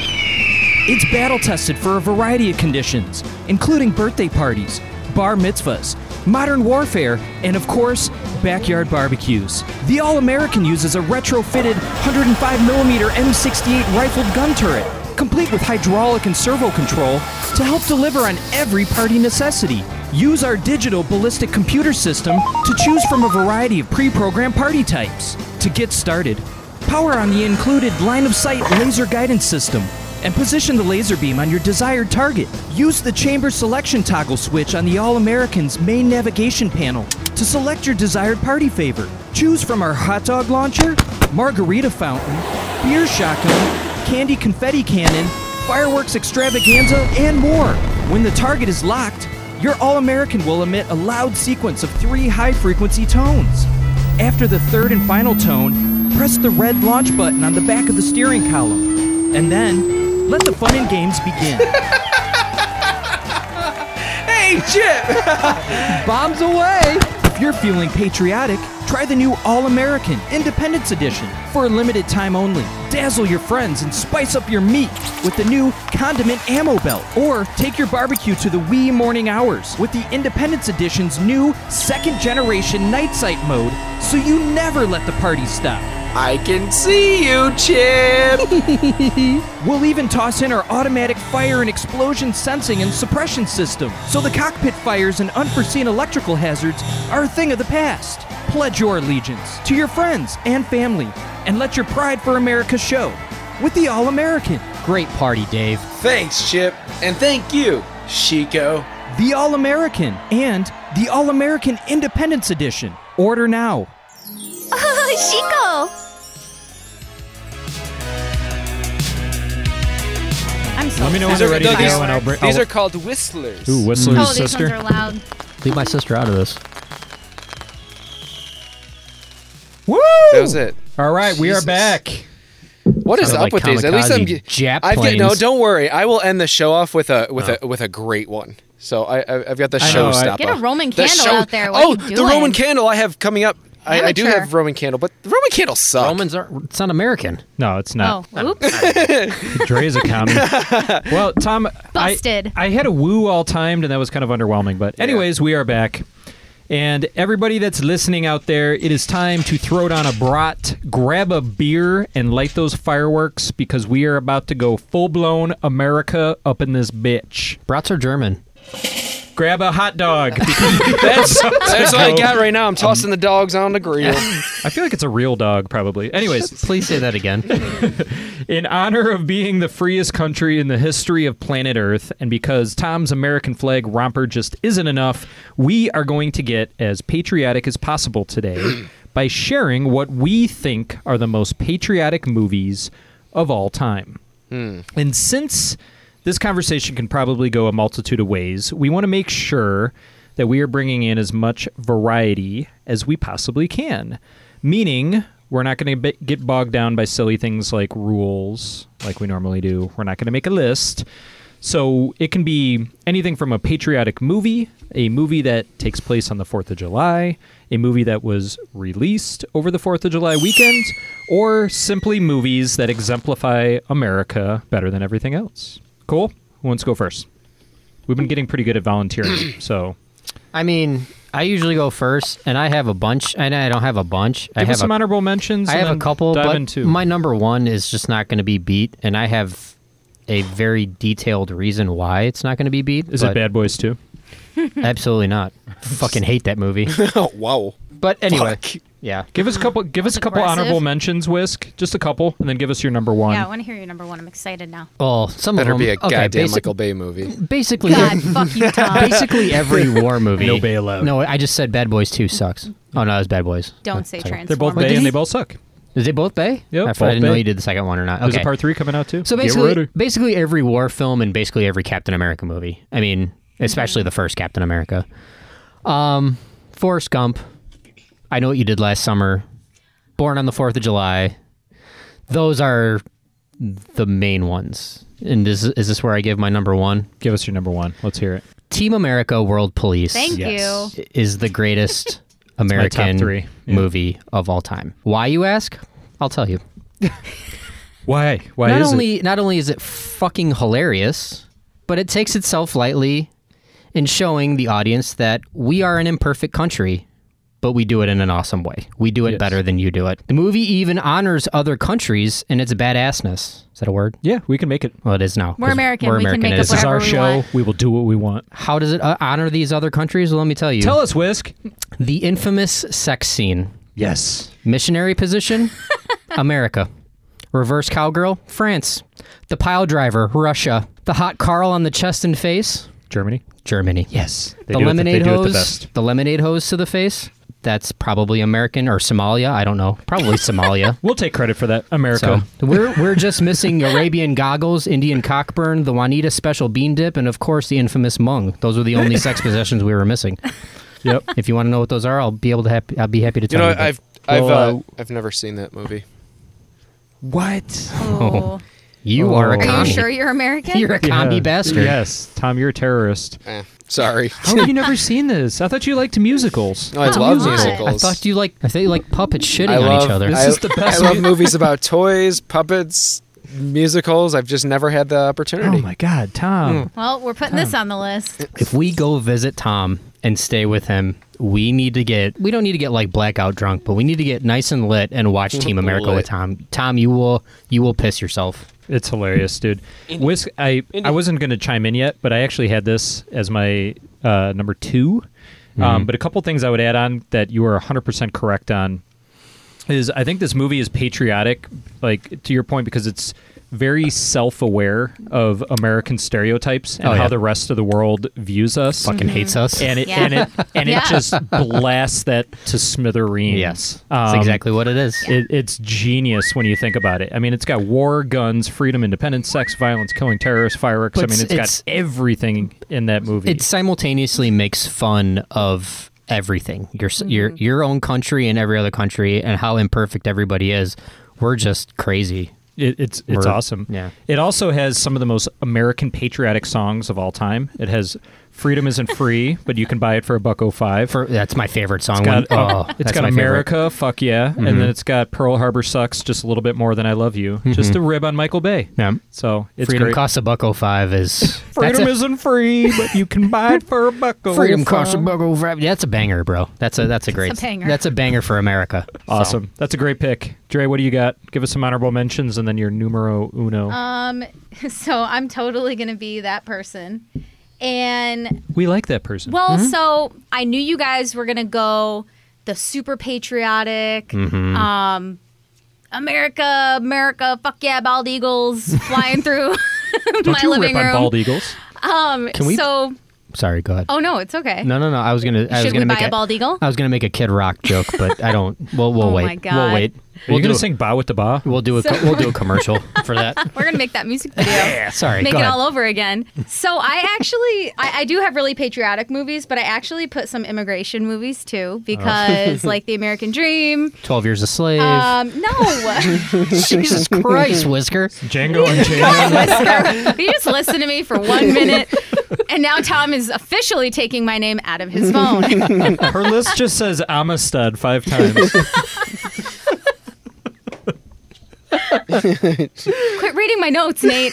It's battle tested for a variety of conditions, including birthday parties, bar mitzvahs, modern warfare, and of course, backyard barbecues. The All American uses a retrofitted 105mm M68 rifled gun turret, complete with hydraulic and servo control, to help deliver on every party necessity. Use our digital ballistic computer system to choose from a variety of pre programmed party types. To get started, Power on the included line of sight laser guidance system and position the laser beam on your desired target. Use the chamber selection toggle switch on the All American's main navigation panel to select your desired party favor. Choose from our hot dog launcher, margarita fountain, beer shotgun, candy confetti cannon, fireworks extravaganza, and more. When the target is locked, your All American will emit a loud sequence of three high frequency tones. After the third and final tone, press the red launch button on the back of the steering column. And then, let the fun and games begin. hey, Chip! Bombs away! If you're feeling patriotic, try the new All American Independence Edition for a limited time only. Dazzle your friends and spice up your meat with the new Condiment Ammo Belt. Or take your barbecue to the wee morning hours with the Independence Edition's new second generation night sight mode so you never let the party stop. I can see you, Chip! We'll even toss in our automatic fire and explosion sensing and suppression system, so the cockpit fires and unforeseen electrical hazards are a thing of the past. Pledge your allegiance to your friends and family, and let your pride for America show with the All American. Great party, Dave. Thanks, Chip, and thank you, Chico. The All American and the All American Independence Edition. Order now. Oh, Chico! I'm so Let me know when excited they're for ready to fireworks. go, and I'll bring. These I'll, are called whistlers. ooh, Whistler's Oh, these sister. ones are loud. Leave my sister out of this. Woo! That was it. All right, we are Jesus. back. What is Sounded up like with these? At least I'm kamikaze ge- Jap I've got, no, planes. don't worry. I will end the show off with a with a with a great one. So I I- I've got the Oh. I know, show I- stop. Get a Roman candle out there. What oh, are you the Roman doing? candle I have coming up. I, I do Amateur. have Roman candle, but Roman candle sucks. Romans are it's not American. No, it's not. Oh, oops. Dre's a commie. well, Tom, I- Busted. I, had a woo all timed, and that was kind of underwhelming. But anyways, we are back, and everybody that's listening out there, it is time to throw down a brat, grab a beer, and light those fireworks because we are about to go full blown America up in this bitch. Brats are German. Grab a hot dog. because That's that's all I go- got right now. I'm tossing the dogs on the grill. I feel like it's a real dog, probably. Anyways, please say that again. in honor of being the freest country in the history of planet Earth, and because Tom's American flag romper just isn't enough, we are going to get as patriotic as possible today by sharing what we think are the most patriotic movies of all time. And since this conversation can probably go a multitude of ways, we want to make sure that we are bringing in as much variety as we possibly can. Meaning, we're not going to get bogged down by silly things like rules, like we normally do. We're not going to make a list. So it can be anything from a patriotic movie, a movie that takes place on the 4th of July, a movie that was released over the 4th of July weekend, or simply movies that exemplify America better than everything else. Cool? Who wants to go first? We've been getting pretty good at volunteering, so I mean, I usually go first, and I have a bunch. And I don't have a bunch. I give have us some a, honorable mentions. I and have a then couple, dive but into. my number one is just not going to be beat, and I have a very detailed reason why it's not going to be beat. Is it Bad Boys too? Absolutely not. Fucking hate that movie. Oh, Wow. But anyway, yeah. Give us a couple. Give us a couple Aggressive. honorable mentions, Whisk. Just a couple, and then give us your number one. yeah, I want to hear your number one. I'm excited now. Oh, some Better of them be a okay, goddamn basic- Michael Bay movie. Basically, God, fuck you, Tom. basically every war movie. No bailout. No, I just said Bad Boys Two sucks. Oh no, it was Bad Boys. Don't say trans. They're both Bay and they both suck. Is it both Bay? Yep, I, forgot- I both didn't know Bay. you did the second one or not. There's Okay. a part three coming out too. So Get basically, ready. basically every war film and basically every Captain America movie. I mean, especially the first Captain America. Um, Forrest Gump. I know what you did last summer. Born on the Fourth of July. Those are the main ones. And is is this where I give my number one? give us your number one. Let's hear it. Team America: World Police Thank Yes. you. is the greatest my top American three. Yeah. movie of all time. Why you ask? I'll tell you. Why? Why not is it? only not only is it fucking hilarious, but it takes itself lightly in showing the audience that we are an imperfect country, but we do it in an awesome way. We do it Yes. better than you do it. The movie even honors other countries and its badassness. Is that a word? Yeah, we can make it. Well, it is now. We're 'cause American. We're We can American. make it up is. This is our Whatever we show. want. We will do what we want. How does it uh, honor these other countries? Well, let me tell you. Tell us, Whisk. the infamous sex scene. Yes. Missionary position, America. Reverse cowgirl, France. The pile driver, Russia. The hot Carl on the chest and face, Germany. Germany. Yes. They the do lemonade it, the- they do it hose, the best. lemonade hose to the face. That's probably American or Somalia. I don't know. Probably Somalia. We'll take credit for that, So America. we're we're just missing Arabian goggles, Indian cockburn, the Juanita special bean dip, and of course the infamous mung. Those were the only sex possessions we were missing. Yep. If you want to know what those are, I'll be able to. Hap- I'll be happy to You tell know, you. but- I've I've Well, uh, I've never seen that movie. What? Oh. you are a Are Oh. Are you you commie. sure you're American? You're a commie bastard. Yes, Tom, you're a terrorist. Eh, sorry. How have you never seen this? I thought you liked musicals. Oh No, I Come love on. musicals. I thought you like. I thought you like puppets shitting I on love, each other. This I, is the best I love mu- movies about toys, puppets, musicals. I've just never had the opportunity. Oh my God, Hmm. Tom. Well, we're putting this on the list. if we go visit Tom and stay with him, we need to get we don't need to get like blackout drunk, but we need to get nice and lit and watch Team America Lit. with Tom. Tom, you will you will piss yourself. It's hilarious, dude. Whisk. I I wasn't gonna chime in yet, but I actually had this as my uh, number 2 Mm-hmm. Um, but a couple things I would add on that you are 100% correct on is I think this movie is patriotic, like to your point, because it's very self-aware of American stereotypes and Oh, yeah. how the rest of the world views us. Fucking hates us. Mm-hmm. and it Yeah. and it and Yeah. it just blasts that to smithereens. yes, that's Um, exactly what it is. It, it's genius when you think about it. I mean, it's got war, guns, freedom, independence, sex, violence, killing terrorists, fireworks. But I mean, it's- it's- got everything in that movie. It simultaneously makes fun of everything your s your your own country and every other country and how imperfect everybody is. We're just crazy. It, it's it's Or- awesome. yeah. It also has some of the most American patriotic songs of all time. It has Freedom isn't free, but you can buy it for a buck oh five. For that's my favorite song. It's got, uh, when- oh, it's that's got my favorite. America, fuck yeah, Mhm. and then it's got Pearl Harbor sucks just a little bit more than I love you. Just Mhm. a rib on Michael Bay. Yeah. So it's Freedom great. costs a buck oh five is Freedom that's a- isn't free, but you can buy it for a buck. oh Freedom five. costs a buck oh five. That's a banger, bro. That's a that's a great a banger. That's a banger for America. Awesome. That's a great pick. Dre, what do you got? Give us some honorable mentions and then your numero uno. Um, so I'm totally gonna be that person. And we like that person. well, Hmm? so I knew you guys were gonna go the super patriotic, Mhm. Mm-hmm. um, America, America, fuck yeah, bald eagles flying through Don't my you rip living on room. bald eagles. Um, Can we- so Sorry, go ahead. oh no, it's okay. No, no, no. I was gonna. I was Should gonna we make buy a bald eagle? I was gonna make a Kid Rock joke, but I don't. We'll we'll Oh wait. my God. We'll wait. Are you gonna do a- sing "Bow with the Ba"? We'll do a So- we'll do a commercial for that. We're gonna make that music video. Sorry. Make go it ahead. all over again. So I actually, I, I do have really patriotic movies, but I actually put some immigration movies Oh. too because, like, The American Dream. Twelve Years a Slave. Uh, Um, no, Jesus Christ, Whisker. Django and Django. Whisker, you just listen to me for one minute, and now Tom is officially taking my name out of his phone. Her list just says Amistad five times. Quit reading my notes, Nate.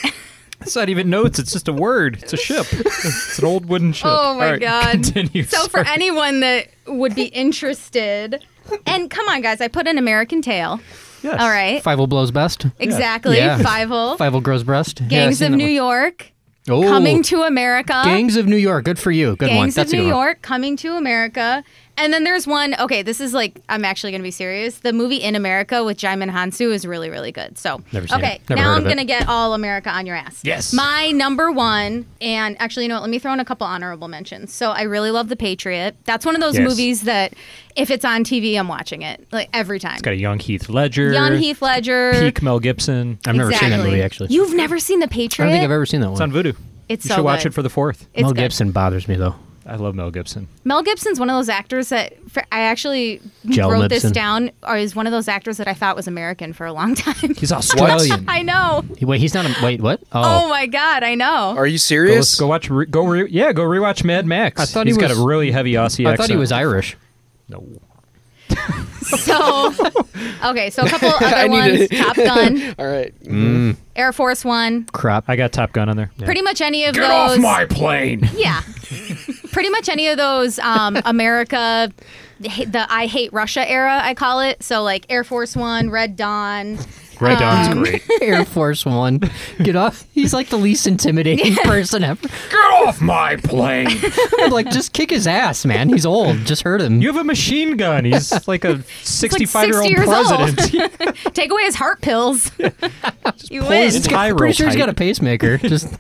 It's not even notes. It's just a word. It's a ship. It's an old wooden ship. Oh my All right, god! Continue. So for anyone that would be interested, and come on, guys, I put an American Tale. Yes. All right. Fievel blows best. Exactly. Yeah. Fievel. Fievel grows breast. Yeah, I've Gangs seen of that New one. York. Oh, Coming to America. Gangs of New York. Good for you. Good one. Gangs That's of a New good one. York. Coming to America. And then there's one. Okay, this is like I'm actually gonna be serious. The movie In America with Jaimin Hansu is really really good. So Never seen okay, it. Never now heard I'm of it. gonna get all America on your ass. Yes. My number one, and actually, you know what? Let me throw in a couple honorable mentions. So I really love The Patriot. That's one of those Yes. movies that if it's on TV, I'm watching it like every time. It's got a young Heath Ledger. Young Heath Ledger. Peak Mel Gibson. I've never seen that Exactly. movie actually. You've never seen The Patriot? I don't think I've ever seen that It's on one. Voodoo. It's you so should watch good. it for the fourth. It's Mel good. Gibson bothers me though. I love Mel Gibson. Mel Gibson's one of those actors that fr I actually Jel wrote this Gibson. down, or is one of those actors that I thought was American for a long time. He's Australian. I know. Wait, he's not. A, wait, what? Oh. Oh, my God, I know. Are you Go, serious? go watch. Re, go re, yeah, go rewatch Mad Max. I thought he he's got was- a really heavy Aussie I accent. thought he was Irish. No. So, okay, so a couple I other ones needed it. Top Gun, All right. Air Force One, Crap. I got Top Gun on there. pretty much any of those. plane. yeah. pretty much any of those um, America, the, the I Hate Russia era, I call it. So, like Air Force One, Red Dawn. Right on. great. Air Force One. Get off. He's like the least intimidating person ever. Get off my plane. I'm like, just kick his ass, man. He's old. Just hurt him. You have a machine gun. He's like a 65 year 60 old years old. president. Take away his heart pills. you win. He's I'm pretty sure he's got a got pacemaker. Just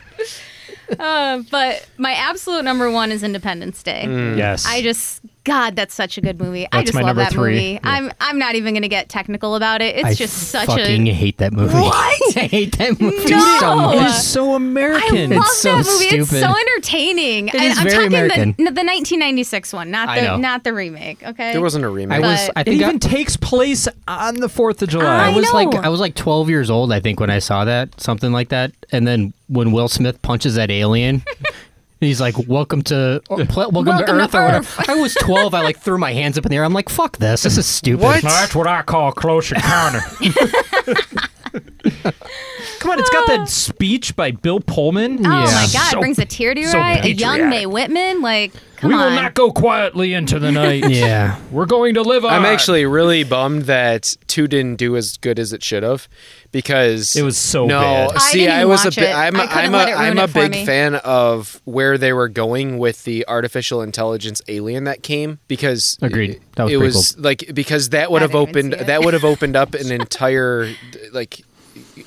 Uh, but my absolute number one is Independence Day. Mm. Yes. I just God, that's such a good movie. I That's just my love number that three. movie. Yeah. I'm I'm not even gonna get technical about it. It's I just such fucking a hate that movie. What? I hate that movie No! so It much. is so uh, I American. love It's so that movie. It's stupid. so entertaining. It and is I'm very talking the- American. The, 1996 one, not I know. the not the remake. Okay. There wasn't a remake. I was. But- I it think I, even takes place on the 4th of July. I was like. know. I was like 12 years old, I think, when I saw that, something like that. And then when Will Smith punches that alien. He's like, "Welcome to or, pl- welcome, Welcome to to Earth." or whatever. I was twelve. I like threw my hands up in the air. I'm like, "Fuck this! This is stupid." What? that's what I call close encounter. Come on, it's got that speech by Bill Pullman. Uh. Oh my Yeah. God! So- it brings a tear to your so eye. A young patriotic. Mae Whitman, like come on. go quietly into the night. Yeah, We're going to live on. I'm actually really bummed that two didn't do as good as it should have because It was so no. bad. I See, didn't I, even was a watch bi- it. I'm I a, couldn't I'm a, let it ruin I'm a it for big me. fan of where they were going with the artificial intelligence alien that came because Agreed. That was it pretty was like because that would I have didn't even opened see it. that would have opened up an entire like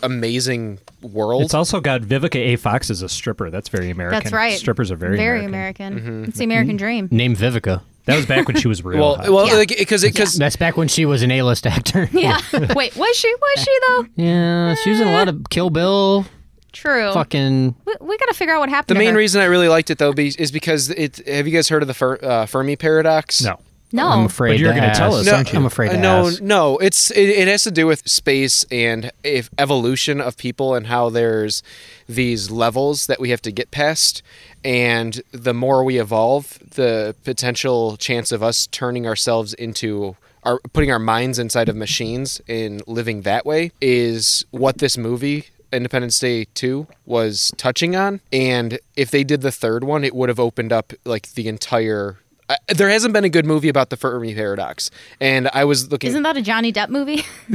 amazing world. It's also got Vivica A. Fox as a stripper. That's very American. That's right. Strippers are very, very American. American. Mm-hmm. It's the American dream. name Vivica. That was back when she was real. well, hot. well, Yeah. like because because That's back when she was an A-list actor. Yeah. Wait, was she? Was she though? Yeah, she was in a lot of Kill Bill, True. fucking We, we gotta figure out what the happened. to main her. reason I really liked it though be, is because it. Have you guys heard of the Fer, uh, Fermi paradox? no. No. I'm afraid. But you're to gonna tell ask. us, aren't you? I'm afraid. Uh, To no, ask. no. It's it, it has to do with space and if evolution of people and how there's these levels that we have to get past, And the more we evolve, the potential chance of us turning ourselves into our putting our minds inside of machines and living that way is what this movie Independence Day 2 was touching on. And if they did the third one, it would have opened up like the entire I, there hasn't been a good movie about the Fermi paradox, and I was looking. Isn't that a Johnny Depp movie?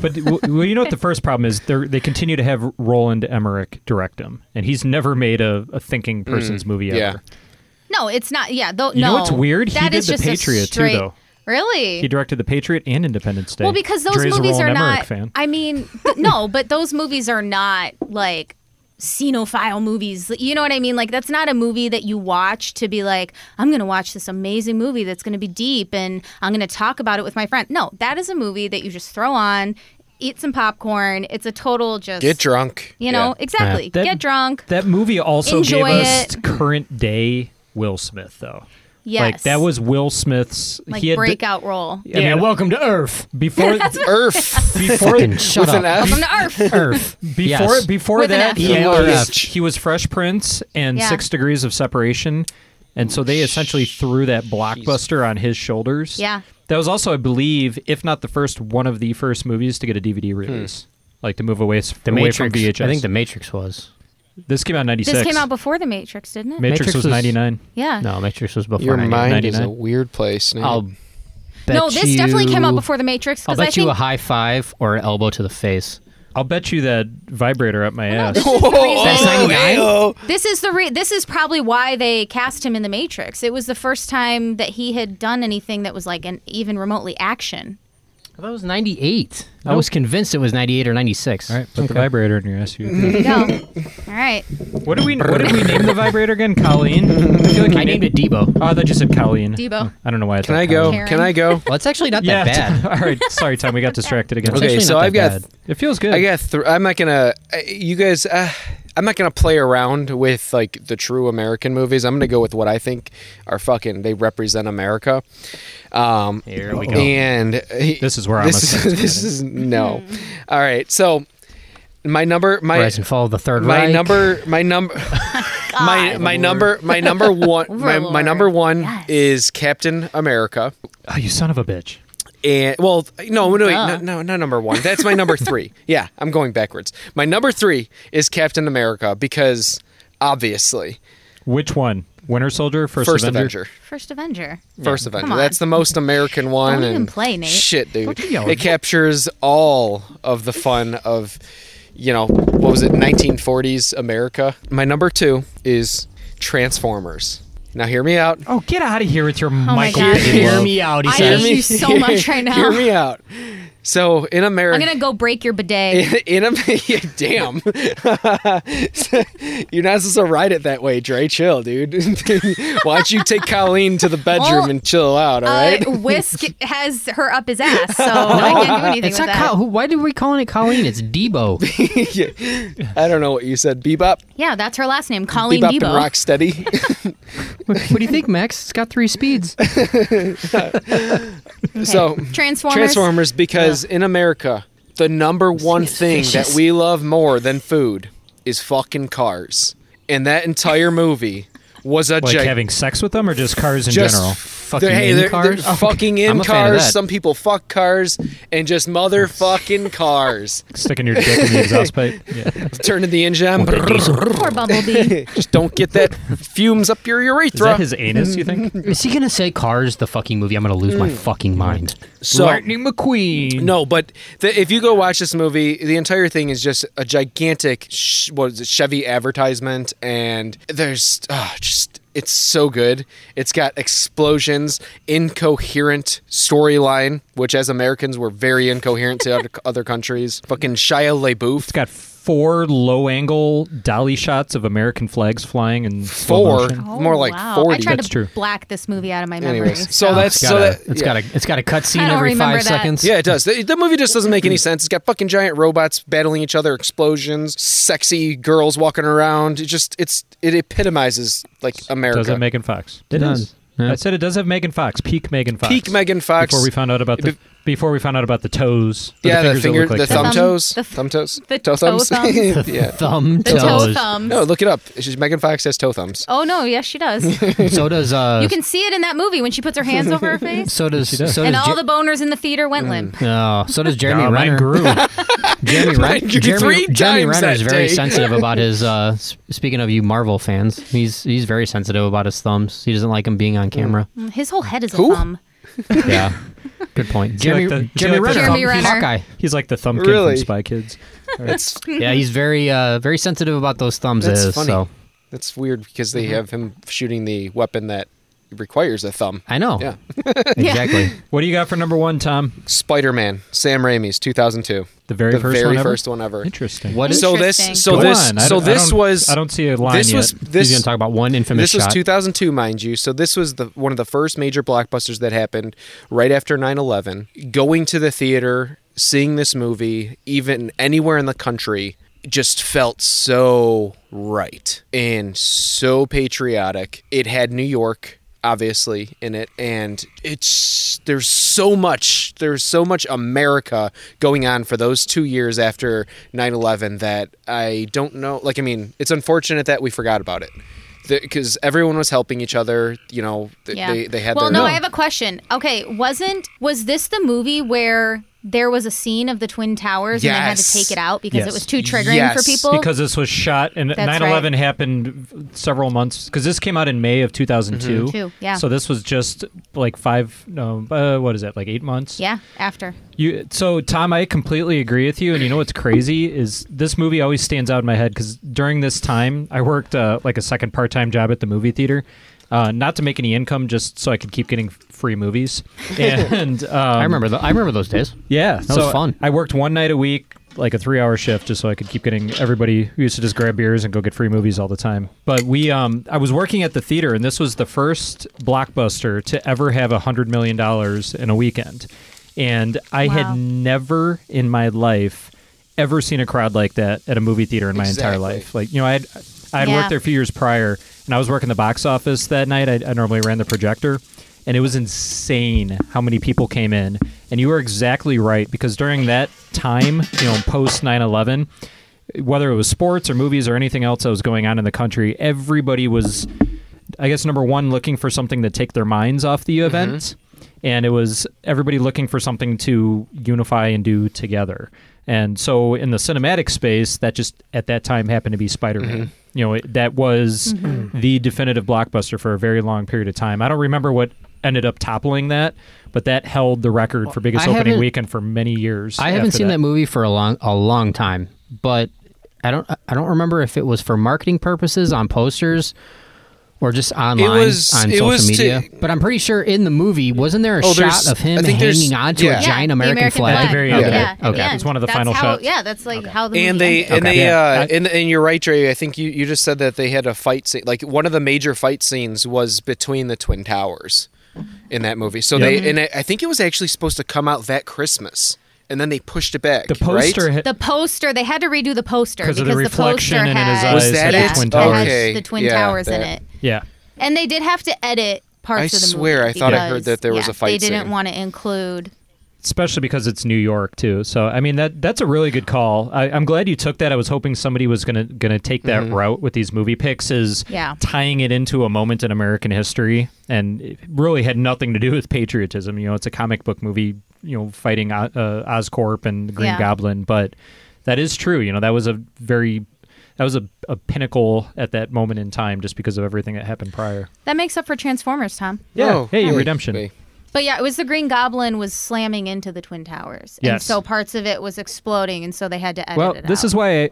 But w- well, you know what the first problem is? They they continue to have Roland Emmerich direct them, and he's never made a, a thinking person's Mm, movie ever. yeah. no, it's not. Yeah, though. You no. know what's weird? He That did is The just a Patriot, too, straight- though. Really? He directed The Patriot and Independence Day. Well, because those Dre's a movies are Roland Emmerich not. Fan. I mean, th- no, but those movies are not like cenophile movies. You know what I mean? Like that's not a movie that you watch to be like, I'm going to watch this amazing movie that's going to be deep and I'm going to talk about it with my friend. No, that is a movie that you just throw on, eat some popcorn. It's a total just Get drunk. You know Yeah. exactly. That- Get drunk. That movie also Enjoy gave us it. current day Will Smith, though. Like Yes. that was Will Smith's. Like he had breakout role. I mean, welcome to Earth. Before That's what- Earth. Before Fucking shut with an up. F? Welcome to Earth. Earth. Before Yes. before With an that, F. he Yeah. was, F. he was Fresh Prince and Yeah. Six Degrees of Separation, and so they essentially threw that blockbuster on his shoulders. Yeah. that was also, I believe, if not the first one of the first movies to get a DVD release, like to move away s- Hmm. The away Matrix. from VHS. I think The Matrix was. this came out in '96. This came out before The Matrix, didn't it? Matrix, was '99. Yeah. No, Matrix was before. Your mind is a 99. weird place. Nate. I'll bet no, this definitely came out you- before The Matrix I'll because bet I think you a high five or an elbow to the face. I'll bet you that vibrator up my ass. Oh, this is the reason- That's 99? This is the re- this is probably why they cast him in the Matrix. It was the first time that he had done anything that was like an even remotely action. I thought it was 98. I was convinced it was 98 or 96. All right, put the vibrator in your ass. You. No. All right. what did we What did we name the vibrator again? Colleen. I, feel like I named it Debo. Oh, I thought you said Colleen. Oh, Debo. I don't know why. I Can thought I go? Karen. Can I go? Well, it's actually not that Yeah, bad. All right. Sorry, Tom. We got distracted again. Okay, actually so not that I've got bad. It feels good. I got. Th- I'm not gonna. I- You guys. Uh, I'm not gonna play around with like the true American movies. I'm gonna go with what I think are fucking. They represent America. Um, Here we go. And uh, This is where I'm this, upset. this is no. Hmm. All right. So my number. My Rise and fall of the third my Reich. number my number my my number my number one my, my Overlord. number one Yes. is Captain America Oh, you son of a bitch. and well no no wait, Duh. no, no not number one that's my number three yeah I'm going backwards my number three is Captain America because obviously Which one? Winter Soldier, First, first, Avenger. First Avenger. First Come Avenger. on. That's the most American one. even and play, Nate. Shit, dude. It captures all of the fun of, you know, what was it, 1940s America. My number two is Transformers. Now, hear me out. Oh, get out of here with your my Michael. God. Bay Hear love. me out. He I said. hate you so much right now. Hear me out. So, in America. Oh, I'm gonna go break your bidet. in a yeah, damn you're not supposed to ride it that way Dre chill dude why don't you take Colleen to the bedroom Well, and chill out all right Uh, Whisk has her up his ass, so I can't do anything It's with not that. Col- who- Why did we calling it Colleen? It's Debo. I don't know what you said bebop Yeah, that's her last name, Colleen bebop and Debo. rock steady what do you think, Max? It's got three speeds. Okay. So Transformers. Transformers because in America, the number one thing that we love more than food is fucking cars. And that entire movie was a Like gi- having sex with them or just cars in just general? fucking in they're, cars? they're fucking in I'm a fan of cars. that. Some people fuck cars and just motherfucking cars. Sticking your dick in the exhaust pipe. Yeah. Turning the engine on, Poor Bumblebee. just don't get that fumes up your Is urethra. that his anus, you think? Is he gonna say Cars the fucking movie? I'm gonna lose Mm. my fucking mind. so, Lightning McQueen. No, but the, if you go watch this movie, the entire thing is just a gigantic sh- what is it Chevy advertisement, and there's ah, just it's so good. It's got explosions, incoherent storyline, which as Americans we're very incoherent to other, other countries. Fucking Shia LaBeouf. It's got four low angle dolly shots of American flags flying and Four, Oh, more like wow. I forty. tried That's to true. black this movie out of my memory. Anyways, so that's It's so got that a, it's yeah. got a it's got a cutscene I don't every remember five that. seconds. Yeah, it does. The, the movie just doesn't make any sense. It's got fucking giant robots battling each other, explosions, sexy girls walking around. It just it's it epitomizes like America. Does have Megan Fox? It does. Yeah. I said it does have Megan Fox. Peak Megan Fox. Peak Megan Fox. Before we found out about the Be- Before we found out about the toes, or yeah, the fingers that finger, look like the thumb toes. toes, thumb toes, the toe thumbs, toe thumbs. yeah, thumb The toe toes. thumbs. No, look it up. It's just Megan Fox has toe thumbs. Oh no, yes she does. so does uh. you can see it in that movie when she puts her hands over her face. so does so does and all Ja- the boners in the theater went limp. No, so does Jeremy No, mine Renner. grew. Jeremy, Mine Ren- grew Jeremy, three Jeremy times Renner is that very day. sensitive about his. Uh, s- speaking of you Marvel fans, he's he's very sensitive about his thumbs. He doesn't like him Mm. being on camera. His whole head is Mm. a Who? thumb. Yeah, good point. Is he Jeremy, like the- Jeremy is he like the Renner, Jeremy thumb- he's Renner. Hawkeye. He's like the thumb kid Really? from Spy Kids. That's Yeah, he's very uh, very sensitive about those thumbs. that's of his, funny. So That's weird because they Mm-hmm. have him shooting the weapon that requires a thumb. I know Yeah, exactly. What do you got for number one, Tom? Spider-Man, Sam Raimi's 2002, The very the first very one ever? first one ever. Interesting. What is So this, Interesting. so Go this, on. I so don't- I this don't- was. I don't see a line This yet. was he's going this. to talk about one infamous This was shot. 2002, mind you. So this was the one of the first major blockbusters that happened right after 9/11. Going to the theater, seeing this movie, even anywhere in the country, just felt so right and so patriotic. It had New York obviously in it and it's there's so much there's so much america going on for those two years after 9-11 that i don't know like i mean it's unfortunate that we forgot about it because everyone was helping each other you know th- Yeah. they, they had well, their no, I have a question. Okay, wasn't was this the movie where there was a scene of the twin towers and they had to Yes. take it out because it Yes. was too triggering for Yes. people? because this was shot and That's 9-11 happened several months because this came out in may of 2002 Mm-hmm. Two, yeah. so this was just like five no uh, what is that like eight months yeah, after. you so tom i completely agree with you and you know what's crazy is this movie always stands out in my head because during this time i worked uh, like a second part-time job at the movie theater uh, not to make any income just so i could keep getting free movies and um, I remember the, I remember those days. yeah, That was fun. I worked one night a week, like a three-hour shift, just so I could keep getting everybody who used to just grab beers and go get free movies all the time. But we, um, I was working at the theater, and this was the first blockbuster to ever have a hundred million dollars in a weekend, and I Wow. had never in my life ever seen a crowd like that at a movie theater in my entire Exactly. life. Like you know, I had I had Yeah. worked there a few years prior, and I was working the box office that night. I, I normally ran the projector, and it was insane how many people came in. And you were exactly right because during that time, you know, post 9/11, whether it was sports or movies or anything else that was going on in the country, everybody was, I guess, number one, looking for something to take their minds off Mm-hmm. the event and it was everybody looking for something to unify and do together. And so in the cinematic space, that just at that time happened to be Spider-Man. Mm-hmm. You know, it, that was the definitive blockbuster for a very long period of time. I don't remember what ended up toppling that, but that held the record for biggest I opening haven't- weekend for many years. I haven't after seen that. movie for a long a long time, but I don't I don't remember if it was for marketing purposes on posters or just online was- on it social was to- media. but I'm pretty sure in the movie wasn't there a Oh, there's- shot of I him think there's- hanging on to yeah. a Yeah, giant the American, American flag? flag. At the very Okay. end. Yeah, okay. At the end. It's one of the That's final how, shots. Yeah, that's like how the and movie they ended. and they Yeah, uh I- and, and you're right Dre I think you you just said that they had a fight scene like one of the major fight scenes was between the twin towers in that movie so they and I, I think it was actually supposed to come out that Christmas and then they pushed it back The poster right? hit- The poster, they had to redo the poster 'Cause because of the poster reflection and in had, his eyes Was that yeah, it? Twin it had Okay. the twin Yeah, towers in that- it. yeah. And they did have to edit parts I of the movie. swear I thought I heard because, that there was yeah, a fight They didn't scene. want to include. especially because it's New York too. So I mean that that's a really good call. I, I'm glad you took that. I was hoping somebody was gonna gonna take that route with these movie picks is Yeah. tying it into a moment in American history, and it really had nothing to do with patriotism. You know, it's a comic book movie. You know, fighting O- uh, Oscorp and the Green Yeah. Goblin, but that is true. You know, that was a very that was a, a pinnacle at that moment in time, just because of everything that happened prior. That makes up for Transformers, Tom. Yeah, Oh, hey, hey, redemption. hey. But yeah, it was the Green Goblin was slamming into the Twin Towers. And Yes. so parts of it was exploding, and so they had to edit Well, it this out. is why I,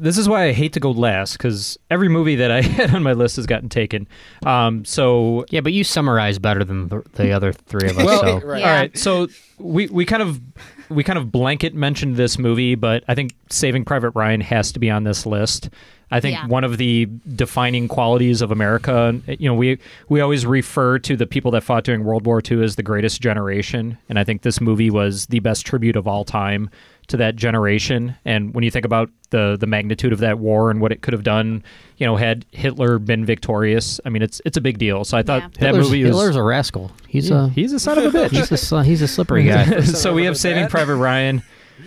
this is why I hate to go last because every movie that I had on my list has gotten taken. Um, so Yeah, but you summarize better than the, the other three of us. so. right. Yeah. all right, so we we kind of we kind of blanket mentioned this movie, but I think Saving Private Ryan has to be on this list. I think Yeah. one of the defining qualities of America, you know, we we always refer to the people that fought during World War II as the greatest generation, and I think this movie was the best tribute of all time to that generation. And when you think about the the magnitude of that war and what it could have done, you know, had Hitler been victorious, I mean, it's it's a big deal. So I thought that Hitler's, movie was Hitler's a rascal. He's a he's a son of a bitch. He's a sli- he's a slippery guy. so we have Saving Private Ryan.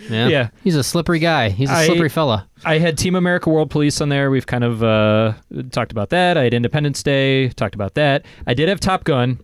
Yeah. Yeah. he's a slippery guy. He's a I- slippery fella. I had Team America World Police on there. We've kind of uh, talked about that. I had Independence Day, talked about that. I did have Top Gun.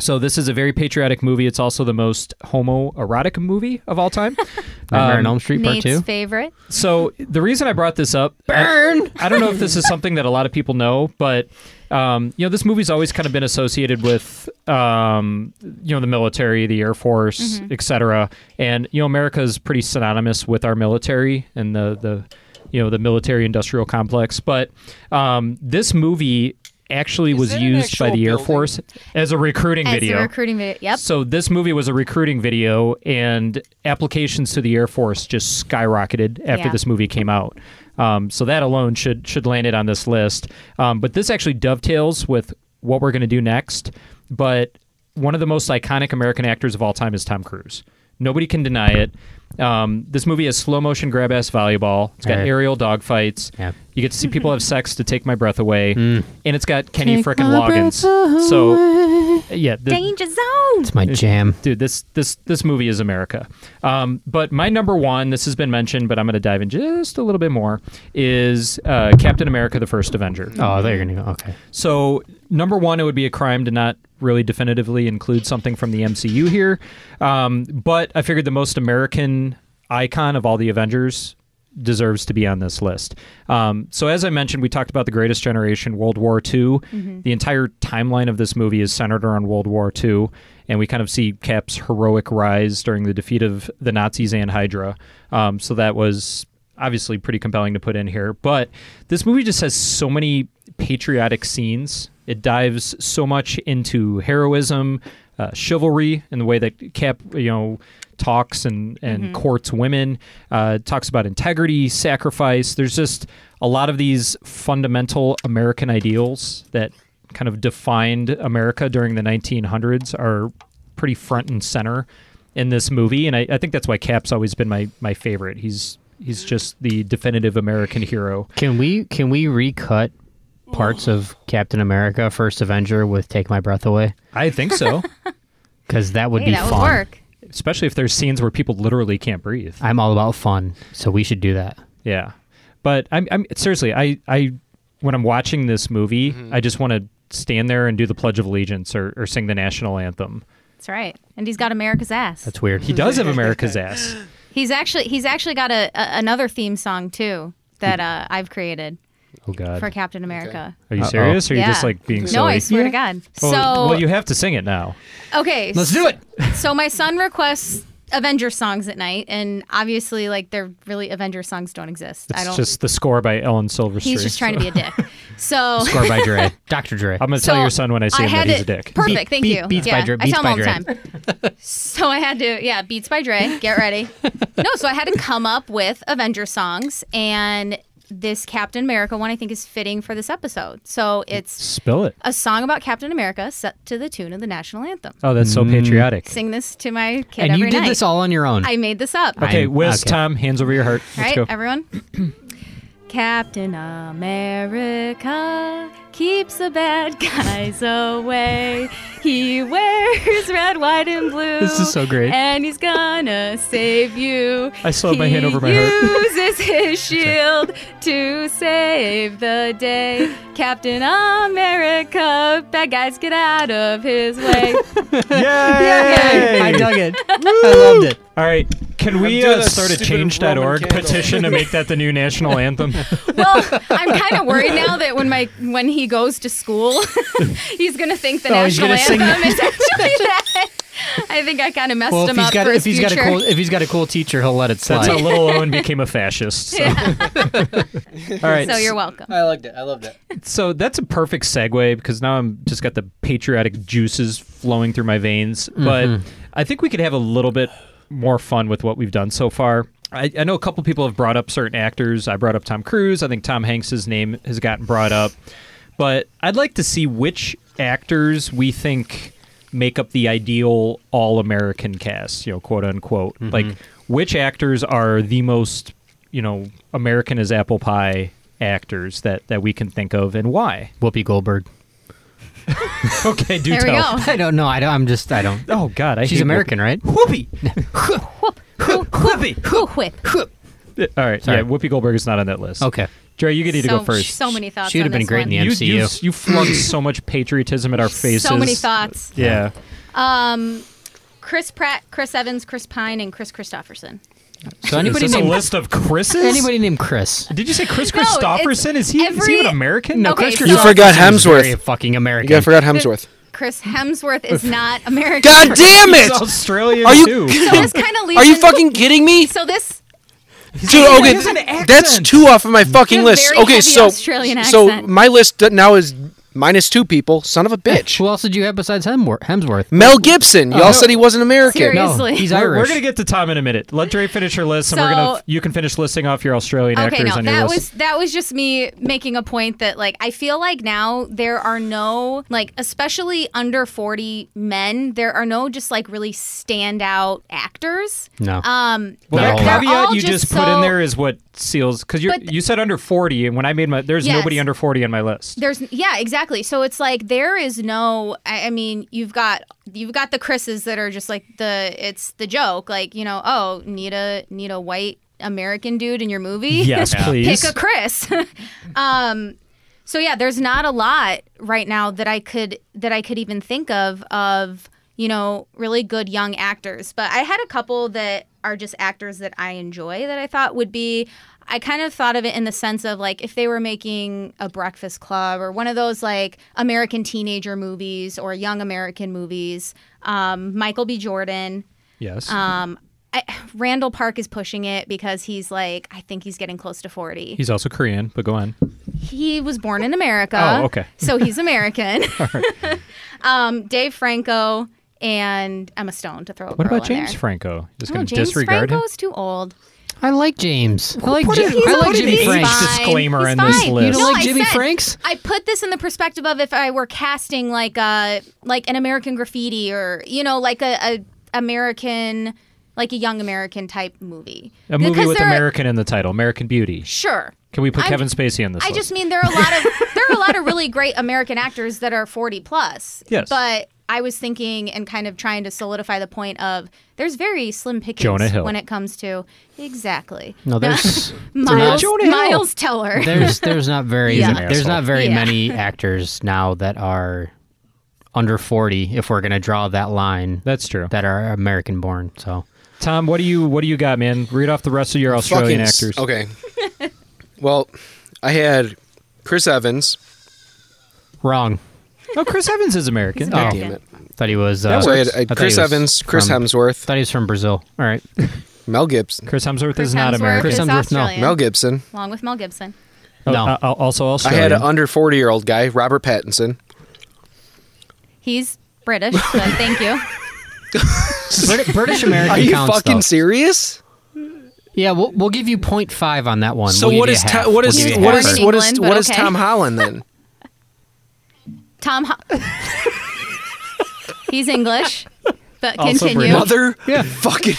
So this is a very patriotic movie. It's also the most homoerotic movie of all time. um, Nightmare on Elm Street Nate's favorite. So the reason I brought this up, Burn! I, I don't know if this is something that a lot of people know, but um, you know, this movie's always kind of been associated with um, you know the military, the Air Force, Mm-hmm. Mhm. et cetera. and you know America is pretty synonymous with our military and the the you know the military industrial complex. But um, this movie actually was used by the Air Force as a recruiting As video. a recruiting video. Yep. So this movie was a recruiting video, and applications to the Air Force just skyrocketed after Yeah. this movie came out. Um, so that alone should should land it on this list. Um, but this actually dovetails with what we're going to do next. But one of the most iconic American actors of all time is Tom Cruise. Nobody can deny it. Um, this movie has slow motion grab ass volleyball. It's got Right. aerial dogfights. You get to see people have sex to take my breath away, and it's got Kenny Take frickin' my Loggins. breath So yeah, the- Danger zone. It's my jam. dude this this this movie is america um, but my number one this has been mentioned but i'm going to dive in just a little bit more is uh, captain america the first avenger Oh, they're gonna go. Okay. so number one it would be a crime to not really definitively include something from the mcu here um, but i figured the most american icon of all the avengers deserves to be on this list um, so as i mentioned we talked about the greatest generation world war ii Mhm. the entire timeline of this movie is centered around World War II, and we kind of see Cap's heroic rise during the defeat of the Nazis and Hydra. Um, so that was obviously pretty compelling to put in here. But this movie just has so many patriotic scenes. It dives so much into heroism, uh, chivalry, and the way that Cap, you know, talks and and Mhm. courts women. Uh, it talks about integrity, sacrifice. There's just a lot of these fundamental American ideals that kind of defined America during the 1900s are pretty front and center in this movie, and I, I think that's why Cap's always been my my favorite. He's he's just the definitive American hero. Can we can we recut parts of Captain America: First Avenger with "Take My Breath Away"? I think so. Because that would Hey, be that would fun. work. Especially if there's scenes where people literally can't breathe. I'm all about fun, so we should do that. Yeah, but I'm, I'm seriously, I, I when I'm watching this movie, I just want to stand there and do the Pledge of Allegiance or, or sing the national anthem. That's right. And he's got America's ass. That's weird. He does have America's ass. He's actually he's actually got a, a another theme song too that uh, I've created Hmm. Oh God. for Captain America. Are you Uh-oh. serious? Or are you just Yeah. like being No, silly? I swear to Yeah. God. Well, So- well, you have to sing it now. Okay, Let's do it. so my son requests Avenger songs at night, and obviously, like they're really Avenger songs don't exist. I It's don't. just the score by Ellen Silverstream. he's just trying to be a dick. So Score by Dre, Dr. Dre. I'm gonna So tell your son when I see I him had that he's it- a dick. Perfect, thank beat- you. beats by yeah, Dre- I tell him all beats by the time. so I had to, yeah, Beats by Dre. Get ready. no, so I had to come up with Avenger songs, and this Captain America one I think is fitting for this episode. So it's Spill it. a song about Captain America set to the tune of the national anthem. Oh, that's so patriotic. Sing this to my kid And every you did night. this all on your own. I made this up. Okay, I'm- Wiz, okay. Tom, hands over your heart. All Let's right, go. everyone. Captain America keeps the bad guys away. He wears red, white, and blue. This is so great. And he's gonna save you. I still have my hand He over my heart. uses his shield to save the day. Captain America, bad guys get out of his way. Yay! I dug it. I loved it. All right. Can we doing uh, a start a stupid Roman change.org candle. petition to make that the new national anthem? I'm kind of worried now that when my when he goes to school, he's gonna think the Oh, he's national gonna sing- anthem is actually that. I think I kind of messed Well, if him he's up got for if his he's future. got a cool if he's got a cool teacher, he'll let it slide. That's how Little Owen became a fascist. So. All right. So you're welcome. I liked it. I loved it. So that's a perfect segue because now I'm just got the patriotic juices flowing through my veins. Mhm. But I think we could have a little bit more fun with what we've done so far. I, I know a couple people have brought up certain actors. I brought up Tom Cruise. I think Tom Hanks' name has gotten brought up. But I'd like to see which actors we think make up the ideal all American cast, you know, quote unquote. Mm-hmm. Like which actors are the most, you know, American as apple pie actors that, that we can think of and why? Whoopi Goldberg. okay, do There we tell. go. I don't know. I don't. I'm just. I don't. Oh God, I She's hate American, Whoopi. right? Whoopi. Who whip? All right, Sorry. yeah, Whoopi Goldberg is not on that list. Okay. Dre, you get to So- go first. so many thoughts She would've on been this great in one. you, the You, MCU. you flung so much patriotism at our faces. So many thoughts. Yeah. Um, Chris Pratt, Chris Evans, Chris Pine, and Chris Christopherson. So anybody is this named a list of Chris's? Anybody named Chris? Did you say Chris No, it's Christopherson? Is he is he every- even American? No, Okay, Chris so- You forgot Hemsworth. Very fucking American. Yeah, I forgot Hemsworth. Chris Hemsworth is not American. God damn it! He's Australian Are you- too. So this kind of leads Are you into- fucking kidding me? So this Dude, got- okay, he has an that's accent. two off of my fucking a list. very Okay, heavy so Australian so accent. my list now is minus two people. Son of a bitch. Who else did you have besides Hemsworth? Hemsworth. Mel Gibson. Y'all no. said he wasn't American. seriously. No, he's We're- We're Irish. gonna get to Tom in a minute. Let Dre finish her list, and we're So- gonna you can finish listing off your Australian okay, actors no, on your that list. was that was just me making a point that like I feel like now there are no like especially under forty men there are no just like really standout actors. No. Um, Well, they're- that they're caveat all you just, just put in so- there is what seals because you But- you said under forty, and when I made my there's Yes. nobody under forty on my list. There's yeah, exactly. So it's like there is no. I, I mean, you've got you've got the Chris's that are just like the it's the joke, like you know, oh, need a need a white American dude in your movie. Yes, Yeah. please. Pick a Chris. um, so yeah, there's not a lot right now that I could that I could even think of of you know really good young actors. But I had a couple that are just actors that I enjoy that I thought would be. I kind of thought of it in the sense of like if they were making a Breakfast Club or one of those like American teenager movies or young American movies. Um, Michael B. Jordan. Yes. Um, I, Randall Park is pushing it because he's like I think he's getting close to forty He's also Korean, but go on. he was born in America. Oh, okay. So he's American. um, Dave Franco and Emma Stone to throw. A What girl about in James there. Franco? Just oh, gonna James disregard him. Franco's too old. I like James. I like, Put Ji- it- he's I like old. Jimmy He's Franks. fine. disclaimer He's in this fine. list. You don't like I Jimmy said- Franks? I put this in the perspective of if I were casting like a like an American graffiti or you know like a, a American like a young American type movie. A movie Because with there are- American in the title, American Beauty. Sure. Can we put I'm- Kevin Spacey on this I list? just mean there are a lot of there are a lot of really great American actors that are 40 plus. Yes. But I was thinking and kind of trying to solidify the point of there's very slim pickings Jonah Hill. when it comes to exactly. No, there's Miles, Jonah Hill. Miles Teller. there's there's not very Yeah. He's an there's not asshole. very Yeah. many actors now that are under 40 if we're going to draw that line That's true. that are American born. So Tom, what do you what do you got, man? Read off the rest of your Fucking Australian s- actors. Okay. well, I had Chris Evans. wrong. Oh, Chris Evans is American. He's American. Damn it. Thought he was uh, That I was thought he Chris was Evans, Chris from- Hemsworth, Thought he was from Brazil. All right. Mel Gibson, Oh, Chris Hemsworth Chris is not Hemsworth American. is Chris Hemsworth, no. Australian, Mel Gibson. Along with Mel Gibson. Oh, No. uh, also I Australian. had an under forty year old guy, Robert Pattinson. He's British, but thank you. Brit- British American. Are you counts, fucking though. serious? Yeah, we'll, we'll give you 0.5 on that one. So We'll what give is, you a half. ta- what We'll is give you a what half. is half. what is England, what but is okay. Tom Holland then? Tom Ho- He's English. But Also continue. British. Mother fucking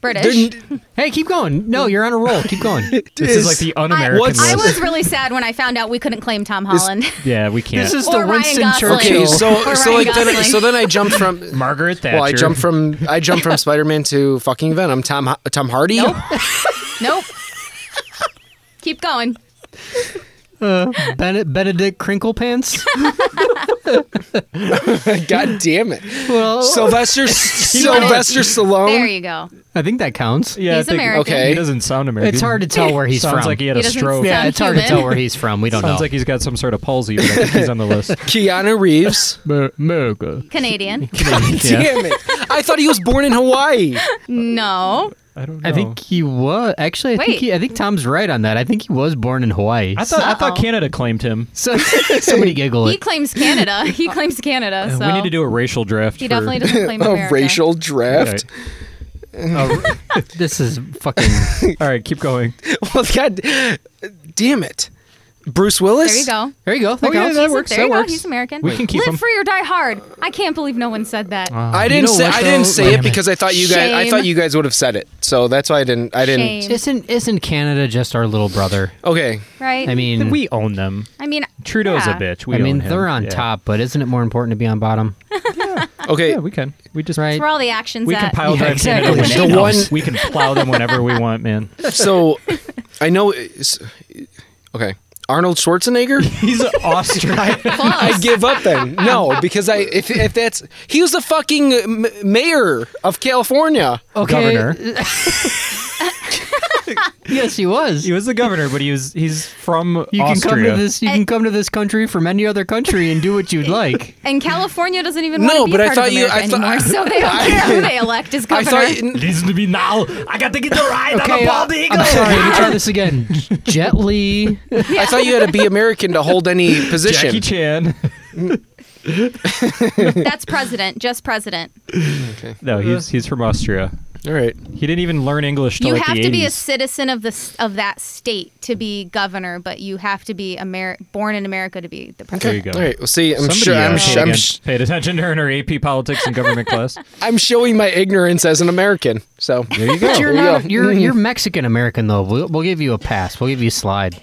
British. Hey, keep going. No, you're on a roll. Keep going. this is like the I, un-American I list. was really sad when I found out we couldn't claim Tom Holland. yeah, we can't. This is Or the Ryan Winston Gosling. Churchill. Okay, so Or so Ryan like then I, Gosling. so then I jumped from Margaret Thatcher. Well, I jumped from I jumped from Spider Man to fucking Venom. Tom Ho- Tom Hardy. Nope. nope. Keep going. Bene- Benedict Crinklepants. God damn it. well, Sylvester Sylvester There Stallone. you go. I think that counts. Yeah, He's I think, American. okay. He doesn't sound American. It's hard to tell where he's Sounds from. like he had He a doesn't stroke. sound yeah, it's hard to human. tell where he's from. We don't Sounds know. like he's got some sort of palsy, but I think he's on the list. Keanu Reeves. America. Canadian. Damn it. I thought he was born in Hawaii. No. I don't know. I think he was actually. I Wait. think he, I think Tom's right on that. I think he was born in Hawaii. I thought I thought Uh-oh. Canada claimed him. so, somebody giggle He it. claims Canada. He claims Canada. So Uh, We need to do a racial draft. he for- definitely doesn't claim A America. Oh, racial All draft. right. This is fucking. All right, keep going. Well, God damn it. Bruce Willis. There you go. There you go. Oh, yeah, that works. There you go. He's American. We can keep Live him. free or die hard. I can't believe no one said that. Uh, I didn't say I didn't say it because I thought you guys I Shame. thought you guys would have said it. So that's why I didn't I didn't Shame. Isn't isn't Canada just our little brother? Okay. Right. I mean, we own them. I mean, Trudeau's a yeah. bitch. We I mean, own him. they're on Yeah. top, but isn't it more important to be on bottom? Okay. Yeah, we can. We just That's right. where all the actions. We can at. pile drive exactly. Canada The whenever- one- we can plow them whenever we want, man. So I know it's, okay. Arnold Schwarzenegger? He's Austrian. I give up then. No, because I if, if that's he was the fucking m- mayor of California. Okay. yes, he was. He was the governor, but he was he's from You can come Austria. to this. You can come to this country from any other country and do what you'd like. And California doesn't even No, want to be but I part thought of you- America I thought- anymore, so they don't I- care who they elect as governor. Listen to me now. I got to get the ride Okay, uh, I'm sorry. Let me try this again. Jet Li. I thought you had to be American to hold any position. Jackie Chan. That's president, just president. No, he's he's from Austria. All right. He didn't even learn English till you like have the to be a 80s. citizen of this of that state to be governor, but you have to be Amer- born in America to be the There you president. go. All right, well, see, I'm Somebody, sure- uh, I'm paid sh- I'm again- sh- paid attention to her in her AP politics and government class. I'm showing my ignorance as an American. So there But you're you not. go. You're Mhm. you're Mexican American though. We'll, we'll give you a pass. We'll give you a slide.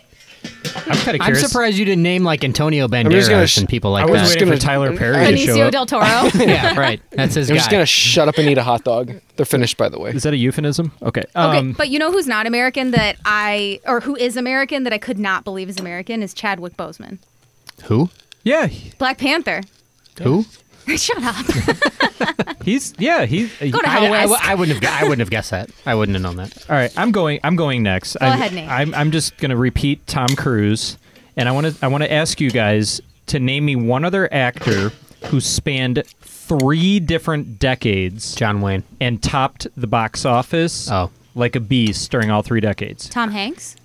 I'm kind of I'm curious. surprised you didn't name like Antonio I'm just gonna Banderas sh- and people like I was that. just gonna- For Tyler Perry to show Benicio del Toro. yeah, right. That's his I'm guy. just gonna shut up and eat a hot dog. They're finished, by the way. Is that a euphemism? Okay. um, Okay, Um, but you know who's not American that I or who is American that I could not believe is American is Chadwick Boseman, Who? Yeah. Black Panther. Who? Shut up. He's yeah. He. Go to I, hell, I- I West. wouldn't have. I wouldn't have guessed that. I wouldn't have known that. All right, I'm going. I'm going next. Go I, ahead, Nate. I'm, I'm just going to repeat Tom Cruise, and I want to. I want to ask you guys to name me one other actor who spanned three different decades. John Wayne and topped the box office. Oh. Like a beast during all three decades. Tom Hanks.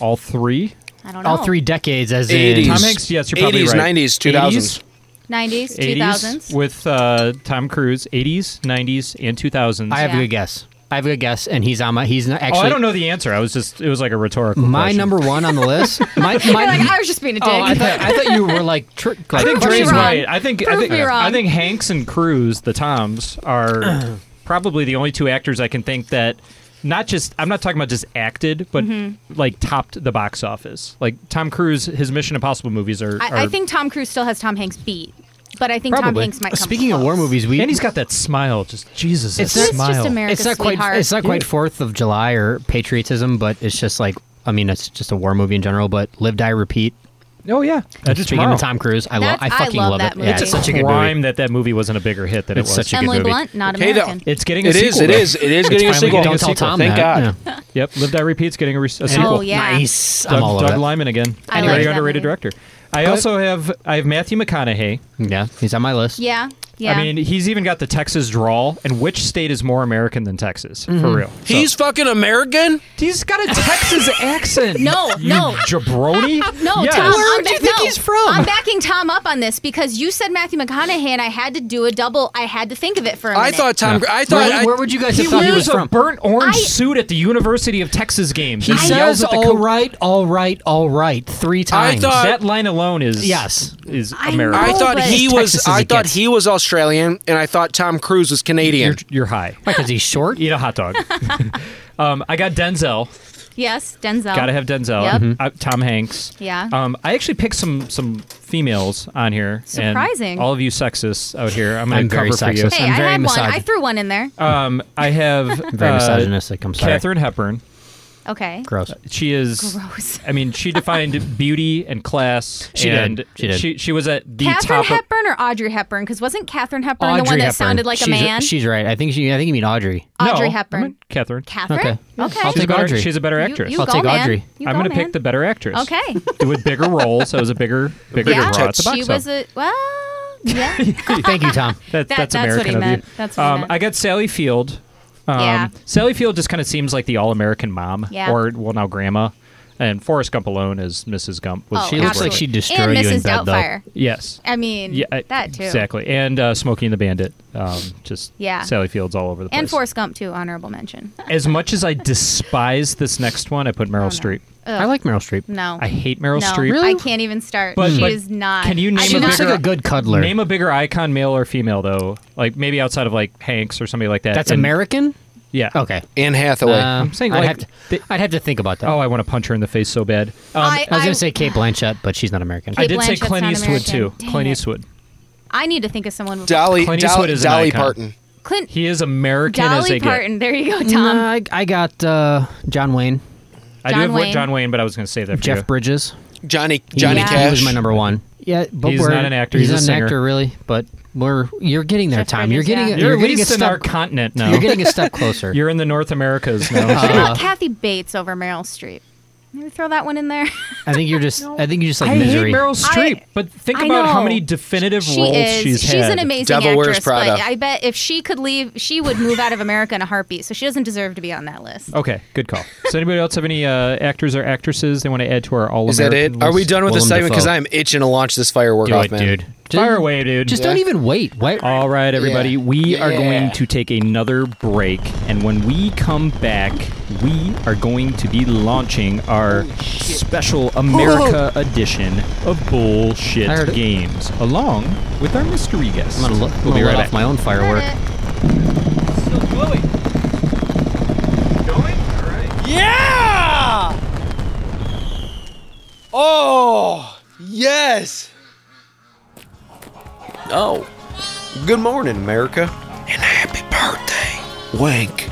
All three. I don't know. All three decades, as in Tom Hanks. Yes, you're probably 80s, right. 90s, 2000s. 90s, 80s 2000s. with uh, Tom Cruise. 80s, 90s, and 2000s. I have a good guess. I have a good guess, and he's on my. He's not actually. oh, I don't know the answer. I was just. It was like a rhetorical. My question. number one on the list. My, You're my- like, I was just being a dick. Oh, I thought, I thought you were like. Tr- I like- think Prove me Dre's wrong. right. I think I Prove think me wrong. I think Hanks and Cruz, the Toms, are probably the only two actors I can think that not just I'm not talking about just acted, but Mhm. like topped the box office. Like Tom Cruise, his Mission Impossible movies are. I, I are- think Tom Cruise still has Tom Hanks beat, but I think Tom Probably. Hanks might come. Speaking of war movies, we and he's got that smile. Just Jesus, It's that not- It's smile. just America's it's not quite. sweetheart. It's not quite Yeah. Fourth of July or patriotism, but it's just like. I mean, it's just a war movie in general. But Live, Die, Repeat. oh yeah, that's Speaking tomorrow. of Tom Cruise, I love. That's- I I fucking love love, that it. Yeah, movie. it's such a good crime movie. that that movie wasn't a bigger hit than It's it was. such a good Emily Blunt, not Hey, though. American. It's getting a It is, sequel. it is, it is It's getting a finally sequel. getting Don't tell sequel. Tom Thank that, God. Yep. Live Die Repeat's getting a, re- a sequel. Oh, yeah. Nice. Doug, I'm all Doug over it. Lyman again. I Very like that underrated movie. director. I But- also have I have Matthew McConaughey. Yeah, he's on my list. Yeah, yeah. I mean, he's even got the Texas drawl. And which state is more American than Texas? For real. So- He's fucking American. He's got a Texas accent. no, you no. jabroni. No, Yes. Tom. Where I'm do you ba- think no. he's from? I'm backing Tom up on this because you said Matthew McConaughey, and I had to do a double. I had to think of it for a minute. I thought Tom. I thought. Where, I, where would you guys He have thought he wears was a from? burnt orange I- suit at the University of Texas games. He and yells says, at the "All co- right, all right, all right," three I times. thought- that line alone is Yes. is I American. I know, thought but- he Texas was. as I it thought gets. he was Australian, and I thought Tom Cruise was Canadian. You're, you're high. Why? Because he's short. Eat a hot dog. um, I got Denzel. yes, Denzel. Gotta have Denzel. Yep. Uh, Tom Hanks. Yeah. Um, I actually picked some some females on here. and Surprising. all of you sexists out here, I'm gonna I'm very cover for you. sexist. Hey, I'm I very had one. I misogyn- threw one in there. Um, I have Very uh, misogynistic. I'm sorry. Catherine Hepburn. Okay. Gross. She is. Gross. I mean, she defined beauty and class. She did. and She did. She, she was at the Catherine top. of, Hepburn or Audrey Hepburn? Because wasn't Catherine Hepburn the Audrey one that Hepburn. sounded like she's, a man? She's right. I think she. I think you mean Audrey. Audrey No, Hepburn. I meant Catherine. Catherine. Okay. Okay. I'll She's a take better, Audrey. She's a better You- actress. you I'll go, take man. Audrey. You I'm go, gonna man. pick the better actress. Okay. Do a bigger role, so it was a bigger, bigger yeah. draw at the box she office. was a well. Yeah. Oh, Thank you, Tom. That- That, that's that's, what he American of meant. you. That's what he um, meant. I got Sally Field. Um, Yeah. Sally Field just kind of seems like the all-American mom, Yeah. or well, now grandma. And Forrest Gump alone as Mrs. Gump was Oh, She looks like absolutely. she'd destroy And you in Mrs. bed, though. Doubtfire. Yes. I mean, I- that too. Exactly. And uh, Smokey and the Bandit. Um, just Yeah. Sally Fields all over the place. And Forrest Gump too, honorable mention. as much as I despise this next one, I put Oh, Meryl Streep. Ugh. I like Meryl Streep. No, I hate Meryl no, Streep. I can't even start. But- she but is not. Can you name I do a not- bigger, good cuddler. Name a bigger icon, male or female, though. Like maybe outside of like Hanks or somebody like that. That's And- American? Yeah. Okay. Um, Anne Hathaway. I'm saying I'd, like- have to, I'd have to think about that. Oh, I want to punch her in the face so bad. I- Um, I was I- going to say Kate Blanchett, but she's not American. Kate I did say Blanchett's Clint not Eastwood, American. too. Dang Clint it. Eastwood. I need to think of someone. Before. Dolly, Clint Dolly, Eastwood is an Dolly icon. Parton. Clint. He is American as they Dolly get. Parton. There you go, Nah, Tom. Mm-hmm. I, I got uh, John Wayne, I do John have Wayne. John Wayne, but I was going to save that for you. Jeff Bridges. Johnny He- Johnny he Cash. was my number one. Yeah, but He's we're- not an actor, He's, he's a not an singer. actor, really. But we're you're getting there, Tom. You're Bridges, getting yeah. you're, You're, at getting a least in step. our continent now. You're getting a step closer. You're in the North Americas now. What Uh, about Kathy Bates over Meryl Streep? Maybe throw that one in there. I think you're just. I think you just like I misery. hate Meryl Streep, but think I about how know. many definitive she roles is. she's had. an amazing Devil Wears actress, but Prada. I bet if she could leave, she would move out of America in a heartbeat. So she doesn't deserve to be on that list. Okay, good call. Does anybody else have any uh, actors or actresses they want to add to our all? Is that it? Are we done with this segment? Because I'm itching to launch this firework Do off, it, man. dude. Fire away, dude. Oh, Just don't even wait. Why? All right, everybody. Yeah. We are Yeah. going to take another break, and when we come back, we are going to be launching our special America edition of I heard bullshit it. games, along with our mystery guest. I'm gonna, look, We'll be let right back. off my own firework. Yeah! Oh, yes! Oh, good morning, America, and happy birthday, Wank.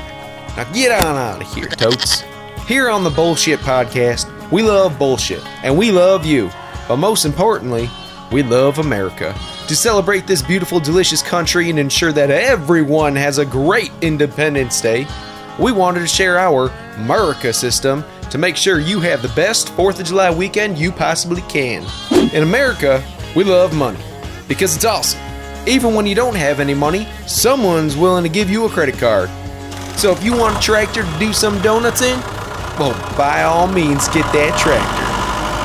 Now get on out of here, totes. Here on the Bullshit Podcast, we love bullshit, and we love you. But most importantly, we love America. To celebrate this beautiful, delicious country and ensure that everyone has a great Independence Day, we wanted to share our America system to make sure you have the best 4th of July weekend you possibly can. In America, we love money because it's awesome. Even when you don't have any money, someone's willing to give you a credit card. So if you want a tractor to do some donuts in, well, by all means, get that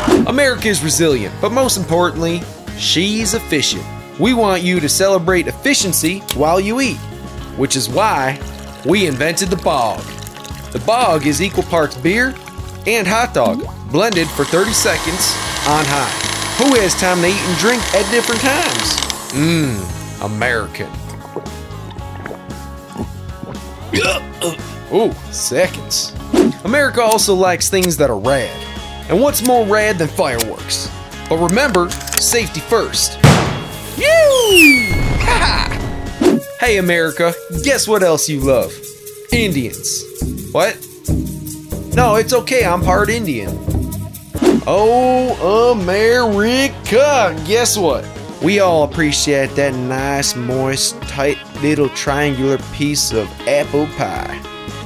tractor. America is resilient, but most importantly, she's efficient. We want you to celebrate efficiency while you eat, which is why we invented the bog. The bog is equal parts beer and hot dog, blended for 30 seconds on high. Who has time to eat and drink at different times? Mmm, American. Ooh, seconds. America also likes things that are rad. And what's more rad than fireworks? But remember, safety first. Yoo! Ha-ha! hey, America, guess what else you love? Indians. What? No, it's okay, I'm part Indian. Oh, America! Guess what? We all appreciate that nice, moist, tight little triangular piece of apple pie.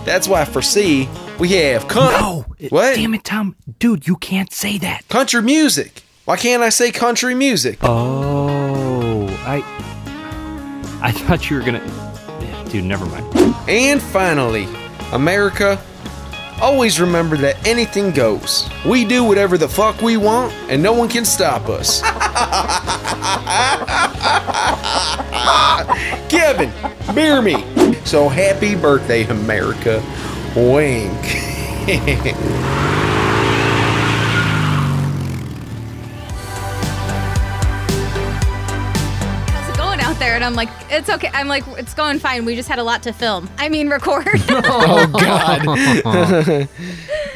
That's why for C, we have con- What? Damn it, Tom. Dude, you can't say that. country music. Why can't I say country music? Oh, I. I thought you were gonna. Dude, never mind. And finally, America, always remember that anything goes. We do whatever the fuck we want, and no one can stop us. Kevin, beer me. So happy birthday, America. Wink. How's it going out there? And I'm like, it's okay. I'm like, it's going fine. We just had a lot to film. I mean, record. oh, God.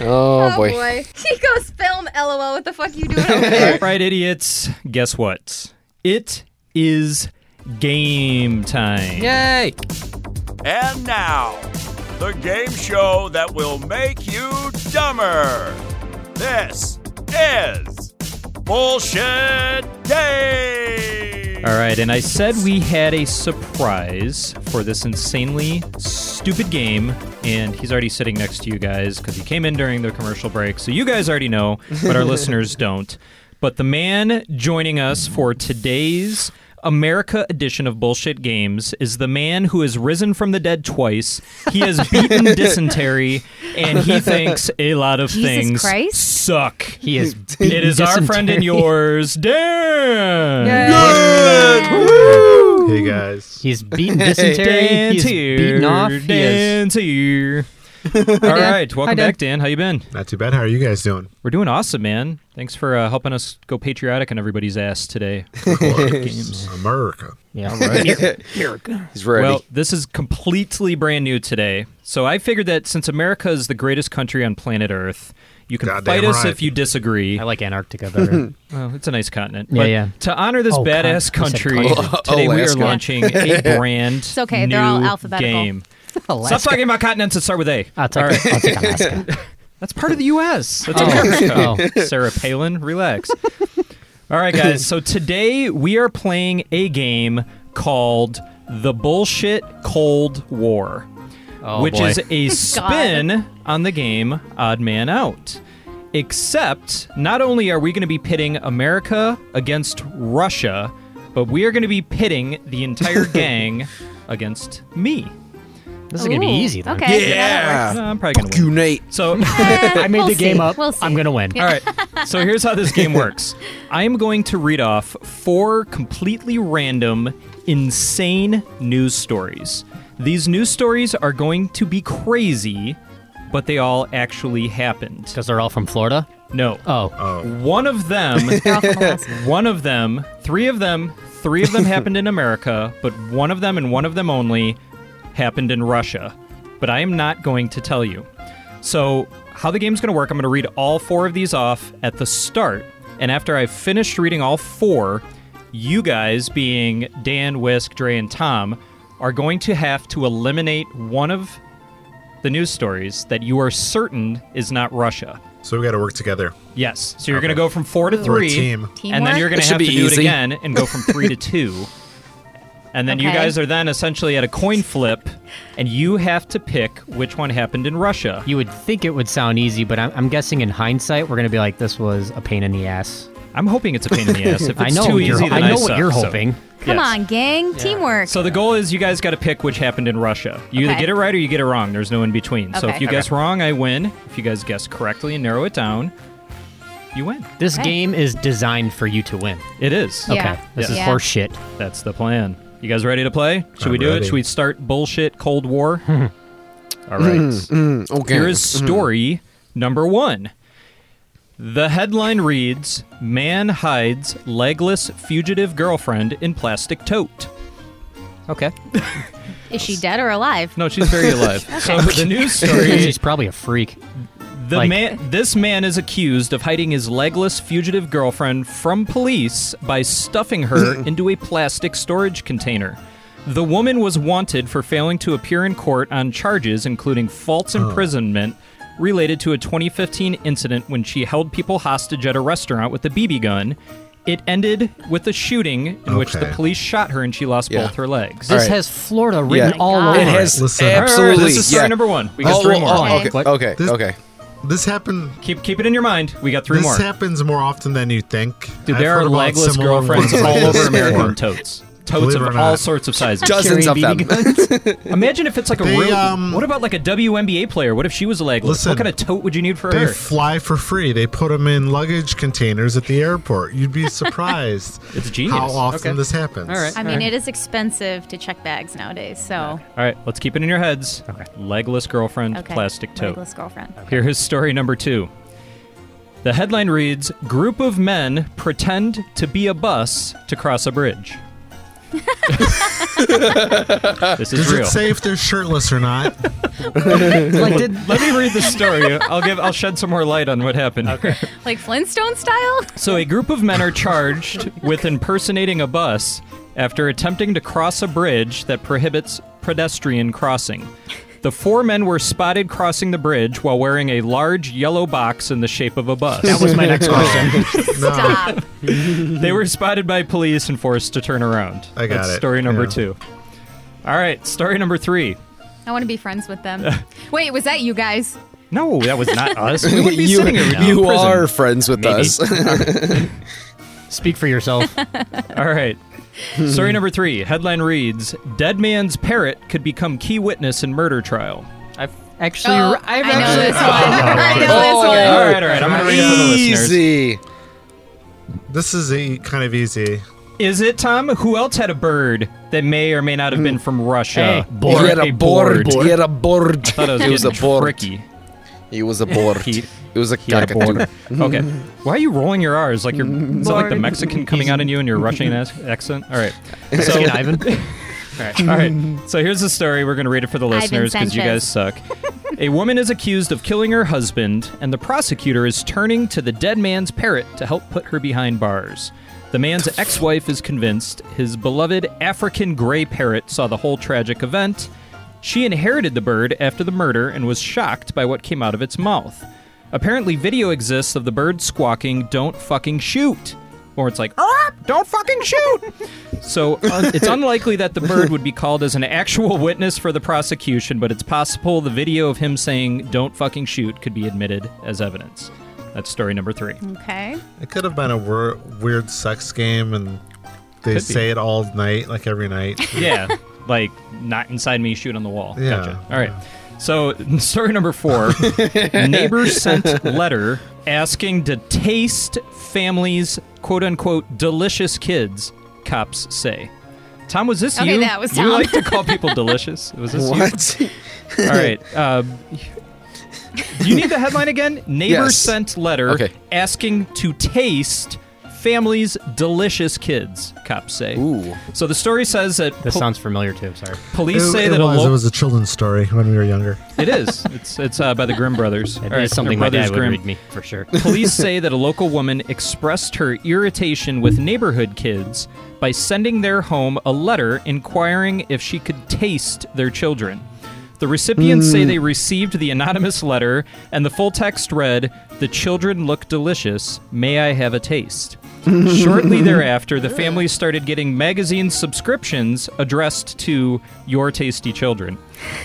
oh, boy. He goes film. LOL. What the fuck you doing over there? right, idiots. Guess what? It is game time. Yay! And now, the game show that will make you dumber. This is Bullshit Day. All right, and I said we had a surprise for this insanely stupid game, and he's already sitting next to you guys because he came in during the commercial break, so you guys already know, but our listeners don't. But the man joining us for today's America edition of Bullshit Games is the man who has risen from the dead twice. He has beaten dysentery, and he thinks a lot of Jesus things Christ. suck. He is. It is our friend and dysentery. yours, Dan. Hey guys. He's beaten dysentery. Dan he's Tier, beaten off. He is- Dan Tier. All Dan. right, Hi, welcome Dan. back, Dan. How you been? Not too bad. How are you guys doing? We're doing awesome, man. Thanks for uh, helping us go patriotic on everybody's ass today. Games. America. Yeah, right. He's ready. Well, this is completely brand new today. So I figured that since America is the greatest country on planet Earth, you can Goddamn fight us right. if you disagree. I like Antarctica better. well, it's a nice continent. Yeah, but yeah. To honor this Oh, con- I badass said country, country. today we are Alaska. launching a brand It's okay, they're all new alphabetical. game. Alaska. Stop talking about continents and start with A. I'll take, I'll take Alaska. That's part of the U.S. That's Oh. America. Oh. Sarah Palin, relax. All right, guys. So today we are playing a game called The Bullshit Cold War, Oh, which boy. is a God. spin on the game Odd Man Out. Except, not only are we going to be pitting America against Russia, but we are going to be pitting the entire gang against me. This is gonna be Ooh, easy then. okay. Yeah, Yeah, that works. No, I'm probably gonna win. Ah. You, Nate. So I made the game up. I'm gonna win. all right. So here's how this game works. I am going to read off four completely random, insane news stories. These news stories are going to be crazy, but they all actually happened. Because they're all from Florida. No. Oh. One of them. They're all from Alaska. one of them. Three of them. Three of them happened in America, but one of them and one of them only happened in Russia. But I am not going to tell you. So, how the game's going to work, I'm going to read all four of these off at the start. And after I've finished reading all four, you guys, being Dan, Whisk, Dre, and Tom, are going to have to eliminate one of the news stories that you are certain is not Russia. So we got to work together. Yes. So you're Okay. going to go from four to We're a three, team. and then Teamwork? you're going It to should have to be do it easy. again and go from three to two, and then you Okay. guys are then essentially at a coin flip, and you have to pick which one happened in Russia. You would think it would sound easy, but I'm, I'm guessing in hindsight we're gonna be like, this was a pain in the ass. I'm hoping it's a pain in the ass. If I it's know too you're- easy, then I know suck, what you're so- hoping. Come Yes. on, gang. Teamwork. So the goal is you guys got to pick which happened in Russia. You either Okay. get it right or you get it wrong. There's no in between. So Okay. if you Okay. guess wrong, I win. If you guys guess correctly and narrow it down, you win. This Okay. game is designed for you to win. It is. Okay. This is horse shit. That's the plan. You guys ready to play? Should I'm we do it? ready. Should we start bullshit Cold War? All right. Mm, mm, okay. Here is Mm. story number one. The headline reads Man hides legless fugitive girlfriend in plastic tote. Okay. Is she dead or alive? No, she's very alive. So the news story She's probably a freak. The Like- man, this man is accused of hiding his legless fugitive girlfriend from police by stuffing her into a plastic storage container. The woman was wanted for failing to appear in court on charges including false Oh. imprisonment related to a 2015 incident when she held people hostage at a restaurant with a BB gun. It ended with a shooting in which the Okay. police shot her and she lost Yeah. both her legs. This has Florida written Yeah. all God. over It has Listen. absolutely- This is story number one. We got Oh, three oh, more. oh, Okay. Okay. What? Okay. This- okay. This happened. Keep keep it in your mind. We got three this more. happens more often than you think. Dude, I've there heard are about legless similar girlfriends ones all like over this America before. in totes. Totes Believe of it or all not. sorts of sizes. Dozens of Carrying them. BB guns. Imagine if it's like a They, real. um, what about like a WNBA player? What if she was legless? Listen, what kind of tote would you need for They her? fly for free. They put them in luggage containers at the airport. You'd be surprised It's genius. how often Okay. this happens. I mean, it is expensive to check bags nowadays, so All right, let's keep it in your heads. Legless girlfriend, Okay. plastic tote. Legless girlfriend. Okay. Here is story number two. The headline reads Group of men pretend to be a bus to cross a bridge. this is Does real. it say if they're shirtless or not? Let me read the story. I'll give. I'll shed some more light on what happened. Okay. like Flintstone style. So a group of men are charged with impersonating a bus after attempting to cross a bridge that prohibits pedestrian crossing. The four men were spotted crossing the bridge while wearing a large yellow box in the shape of a bus. That was my next question. Stop. they were spotted by police and forced to turn around. I got That's it. story number Yeah. two. All right, story number three. I want to be friends with them. Wait, was that you guys? No, that was not us. We wouldn't be you sitting here. We'd be in you prison. are friends with us. Speak for yourself. All right. Story number three. Headline reads: Dead man's parrot could become key witness in murder trial. I've Actually, Oh, r- I've I know actually. this one. I know this Oh, one. yeah. All right, all right. I'm gonna read it for the listeners. Easy. This is a, kind of easy. Is it Tom? Who else had a bird that may or may not have been from Russia? Hey. He had a board. He had a board. I thought it was, He was getting a board. tricky. He was a board. He- It was a He had a board. cockatoo. okay. Why are you rolling your R's like you're is that like the Board. Mexican coming out in you and your Russian as- accent? All right. Mexican Ivan. All right. All right. So here's the story. We're going to read it for the Ivan listeners because you Sanchez. guys suck. A woman is accused of killing her husband, and the prosecutor is turning to the dead man's parrot to help put her behind bars. The man's ex wife is convinced his beloved African gray parrot saw the whole tragic event. She inherited the bird after the murder and was shocked by what came out of its mouth. Apparently, video exists of the bird squawking, Don't fucking shoot! Or it's like, "Ah, Don't fucking shoot! So un- it's unlikely that the bird would be called as an actual witness for the prosecution, but it's possible the video of him saying "Don't fucking shoot" could be admitted as evidence. That's story number three. Okay. It could have been a wor- weird sex game, and Could they be. say it all night, like every night. Yeah, like not inside me, shoot on the wall. Yeah. Gotcha. All right. So story number four: neighbor sent letter asking to taste family's quote unquote delicious kids. Cops say. Tom, was this Okay, you? that was You Tom. like to call people delicious. Was this What? you? All right. Um, do you need the headline again? Neighbor Yes. sent letter Okay. asking to taste family's delicious kids. Cops say. Ooh. So the story says that This pol- sounds familiar too. Sorry. police it, say it that was, a it lo- was a children's story when we were younger. it is. It's it's uh, by the Grimm brothers. It is is something my dad would read me, for sure. Police say that a local woman expressed her irritation with neighborhood kids by sending their home a letter inquiring if she could taste their children. The recipients say Mm. they received the anonymous letter, and the full text read, "The children look delicious. May I have a taste?" Shortly thereafter, the family started getting magazine subscriptions addressed to your tasty children.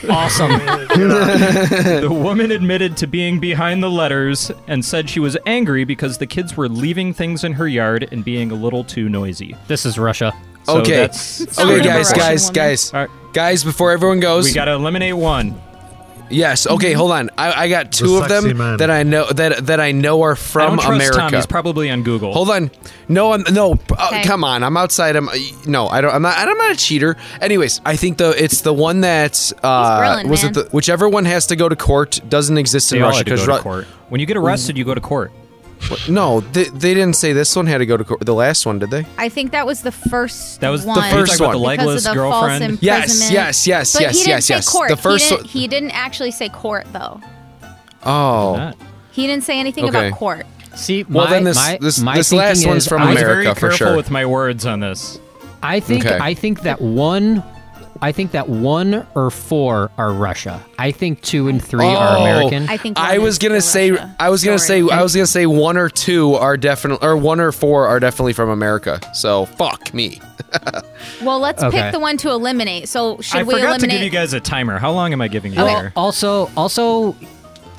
Awesome. the woman admitted to being behind the letters and said she was angry because the kids were leaving things in her yard and being a little too noisy. This is Russia. So Okay. that's Okay, story number guys, one. guys, guys. All right. Guys, before everyone goes, We Mm-hmm. gotta eliminate one. Yes. Okay. Hold on. I, I got two of sexy them man. that I know that that I know are I from don't trust America. Tom. He's probably on Google. Hold on. No, I'm no. Uh, Okay. Come on. I'm outside. I'm no. I don't. I'm not. I'm not a cheater. Anyways, I think the it's the one that uh, grilling, was man. it the whichever one has to go to court doesn't exist They in all Russia had to go to Ru- court. When you get arrested, you go to court. What? No, they, they didn't say this one had to go to court. The last one did they? I think that was the first. That was the one. first You're talking about the one. because of legless the girlfriend? False Yes, imprisonment. yes, yes, But yes, he didn't yes, say yes. Court. The first he, didn't, one- he didn't actually say court though. Oh, He didn't say anything Okay. about court. See, Well, my- then this- my- this- my this last thinking one's is from I- I was very America, for careful sure. with my words on this. I think Okay. I think that one I think that one or four are Russia. I think two and three are Oh, American. I was gonna say. I was gonna say. I was gonna say one or two are definitely, or one or four are definitely from America. So fuck me. Well, let's Okay. pick the one to eliminate. So should I we forgot to eliminate? give you guys a timer. How long am I giving you Well, there? Oh, also also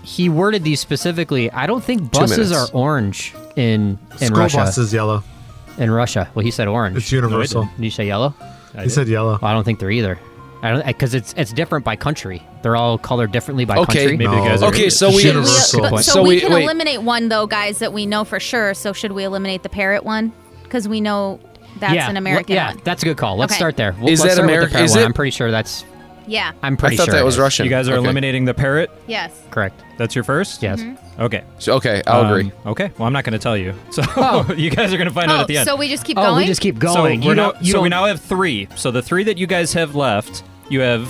he worded these specifically. I don't think buses are minutes. orange in in School Russia. bus is yellow. In Russia. Well, he said orange. It's universal. No, I didn't. Did you say yellow? He did. said yellow. Well, I don't think they're either. I don't because it's it's different by country. They're all colored differently by Okay. country. Maybe the guys are- Okay, so we- Should we- Universal. but- Good so, point. So we, we- can wait. eliminate one though, guys, that we know for sure. So should we eliminate the parrot one? Because we know that's yeah, an le- American yeah, one. that's a good call. Let's Okay. start there. We'll, Is let's that start with the Ameri- parrot is one. it- I'm pretty sure that's. Yeah. I'm I pretty thought sure that it was is. Russian. You guys are Okay. eliminating the parrot? Yes. Correct. That's your first? Yes. Mm-hmm. Okay. okay, I'll agree. Um, Okay. Well, I'm not going to tell you. So Oh. you guys are going to find out Oh, at the end. so we just keep Oh, we going. just keep So, going. we're You now, don't- you so we don't- now have three. So the three that you guys have left, you have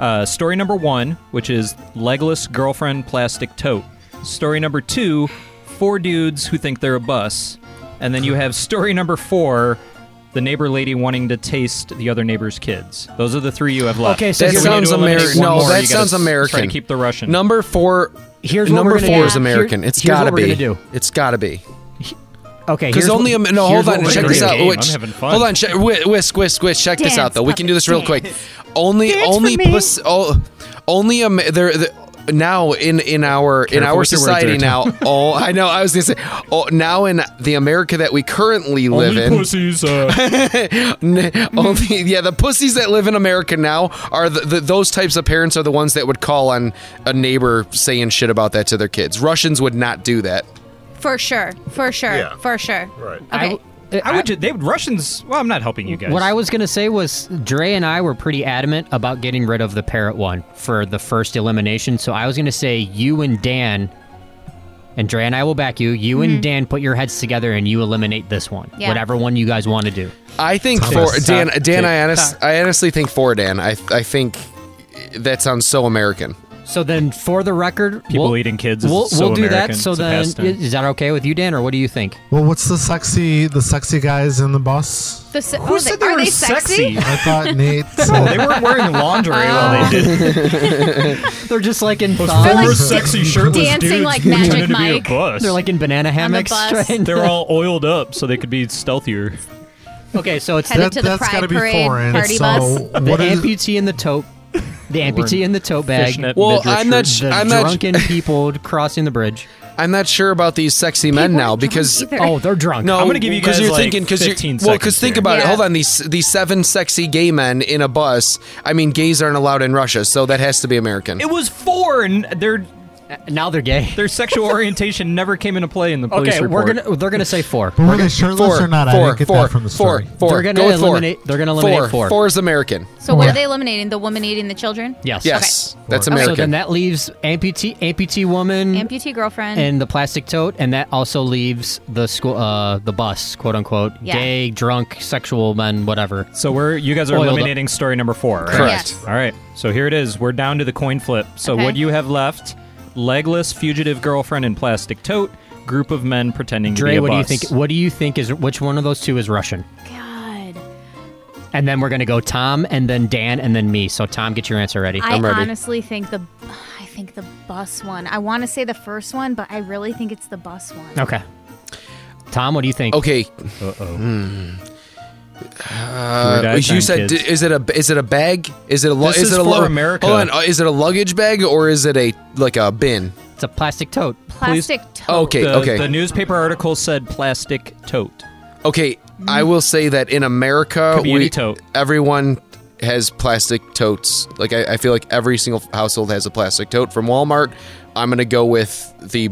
uh, story number one, which is legless girlfriend plastic tote. Story number two, four dudes who think they're a bus. And then you have story number four, the neighbor lady wanting to taste the other neighbor's kids. Those are the three you have left. Okay, so that If we need to sounds eliminate American. one No, more, that you gotta sounds s- American. Try to keep the Russian. Number four. Here's Um, what number we're gonna four do. is Here- American. it's here's what gotta we're be. gonna do. It's gotta be. Okay. Because here's only what- a no. here's Hold what on. we're Check gonna this do. out. Whisk, Hold on. Check, whi- whisk, whisk, whisk. Check this Dance, out though. We can do this real puppet, quick. Only, Dance only, for me. puss, oh, only. Um, there. The, now in in our in Careful our with your words there, society now Tom. all I know I was gonna say all, now in the America that we currently live in pussies. Uh, N- only yeah the pussies that live in America now are the, the those types of parents are the ones that would call on a neighbor saying shit about that to their kids Russians would not do that For sure. For sure. Yeah. For sure. Right. Okay. I would. ju- They Russians. Well, I'm not helping you guys. What I was going to say was Dre and I were pretty adamant about getting rid of the parrot one for the first elimination. So I was going to say you and Dan, and Dre and I will back you. You and Dan put your heads together and you eliminate this one, Yeah. whatever one you guys want to do. I think Top for of the Dan top. Dan Okay. I honest, I honestly think for Dan I I think that sounds so American So then, for the record, People we'll, eating kids is We'll, so we'll do American. that. So It's a then, pastime. is that okay with you, Dan, or what do you think? Well, what's the sexy the sexy guys in the bus? The se- Who oh, said they, they are were they sexy? sexy? I thought Nate. No, they weren't wearing laundry while Oh. they did. They're just like in Those thongs. four They're like sexy shirtless dancing dudes like pretending Magic to be a Mike. bus. They're like in banana hammocks. bus. trying They're to- all oiled up so they could be stealthier. Okay, so it's Headed That- to the that's Pride gotta be Parade foreign, party so bus. The what is- amputee in the tote. The amputee in the tote bag. fishnet Well, midriff I'm not sh- The I'm not sh- drunken people crossing the bridge. I'm not sure about these sexy men now because either. Oh, they're drunk. No, I'm gonna give you because guys, you're like, thinking because 15 you're well because seconds think here. about it. Yeah. Hold on these these seven sexy gay men in a bus. I mean, gays aren't allowed in Russia, so that has to be American. It was four, and they're now they're gay. Their sexual orientation never came into play in the police Okay, we're report. gonna they're gonna say four. But were they shirtless Four, or not? I four, didn't get four, that from the four, story. four. They're gonna Go with four. eliminate- they're gonna eliminate four. four. Four is American. So what are they eliminating? The woman eating the children? Yes. Yes, that's So American. then that leaves amputee amputee woman Amputee girlfriend. and the plastic tote, and that also leaves the school uh the bus, quote unquote. Yeah. Gay, drunk, sexual men, whatever. So we're you guys are Oiled up. eliminating story number four, right? Correct. Yes. All right. So here it is. We're down to the coin flip. So Okay. what do you have left? Legless fugitive girlfriend in plastic tote. Group of men pretending to be Dre, a what do you bus. think? What do you think is which one of those two is Russian? God. And then we're gonna go Tom, and then Dan, and then me. So Tom, get your answer ready. I honestly think the I think the bus one. I want to say the first one, but I really think it's the bus one. Okay. Tom, what do you think? Okay. Hmm. Uh-oh. Uh, Weird eye you time, said kids. is it a is it a bag? Is it a lu- This is is it a for lu- America. Hold on, uh, is it a luggage bag or is it a like a bin? It's a plastic tote. Plastic tote. Okay, The- okay. The newspaper article said plastic tote. Okay, I will say that in America, Mm. Could be any we, tote. everyone has plastic totes. Like I, I feel like every single household has a plastic tote from Walmart. I'm gonna go with the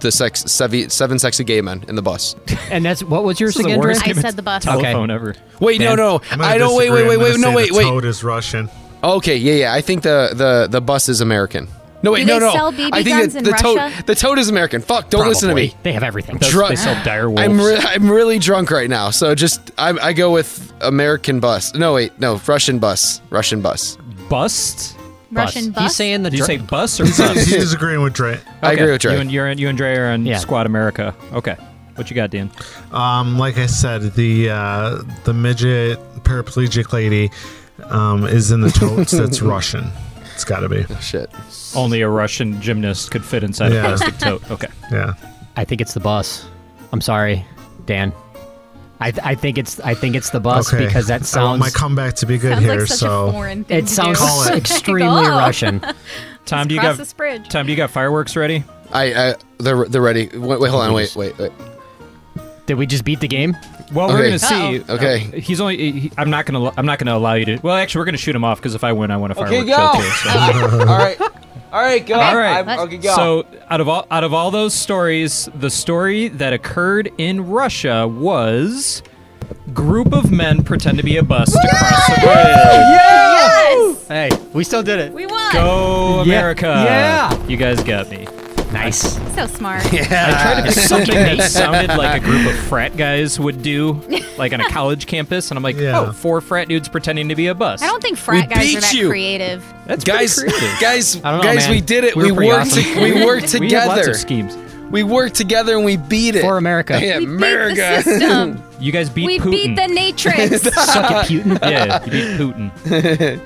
the sex seven, seven sexy gay men in the bus. And that's what was yours This is the again, Dre? worst I game said the bus. Telephone ever. Wait, no, no, I'm gonna I don't. Wait, wait, disagree. wait, I'm wait, gonna no, say wait, the wait. Toad is Russian. Okay, yeah, yeah. I think the the the bus is American. No, wait, Do no, they no. sell BB I think guns that in the Russia? toad the toad is American. Fuck, don't listen to Probably. me. They have everything. Dru- they sell dire wolves. I'm re- I'm really drunk right now, so just I, I go with American bus. No, wait, no, Russian bus, Russian bus. Bust? Russian bus. He's saying the Did you dr- say bus or He's, bus? he's disagreeing with Dre. I agree with Dre. You and, you're, in- you and Dre are on Yeah. Squad America. Okay. What you got, Dan? Um, like I said, the uh, the midget paraplegic lady um, is in the totes. That's Russian. It's got to be. shit. Only a Russian gymnast could fit inside Yeah. a plastic tote. Okay. Yeah. I think it's the bus. I'm sorry, Dan. I, I think it's I think it's the bus okay. because that I want sounds my comeback to be good here. so It sounds Call it. extremely Go. Russian. Tom, do you cross got this bridge. Tom, do you got fireworks ready? I, I they're they're ready. Wait, wait hold on, wait, wait, wait. Did we just beat the game? Well, we're Okay. gonna see. Uh-oh. Okay. Uh, he's only. he- I'm not gonna. I'm not gonna allow you to. Well, actually, we're gonna shoot him off because if I win, I want a Okay, fireworks go. show too. so- all right. All right, go. All right. I'm- okay, go. So out of all out of all those stories, the story that occurred in Russia was group of men pretend to be a bus to cross the bridge. Yes. Hey, we still did it. We won. Go Yeah. Oh, America! Yeah. you guys got me. Nice. So smart. I tried to pick something that sounded like a group of frat guys would do, like on a college campus, and I'm like, Yeah. oh, four frat dudes pretending to be a bus. I don't think frat We guys are beat that you. creative. That's guys, pretty creative. guys, I don't know, guys, man. we did it. We We, were pretty worked. awesome. to- we worked We had together. lots of schemes. We worked together and we beat it For America. Yeah, We beat the America. system. You guys beat we Putin. beat the Natrix. Suck it, Putin. Uh, yeah, you beat Putin.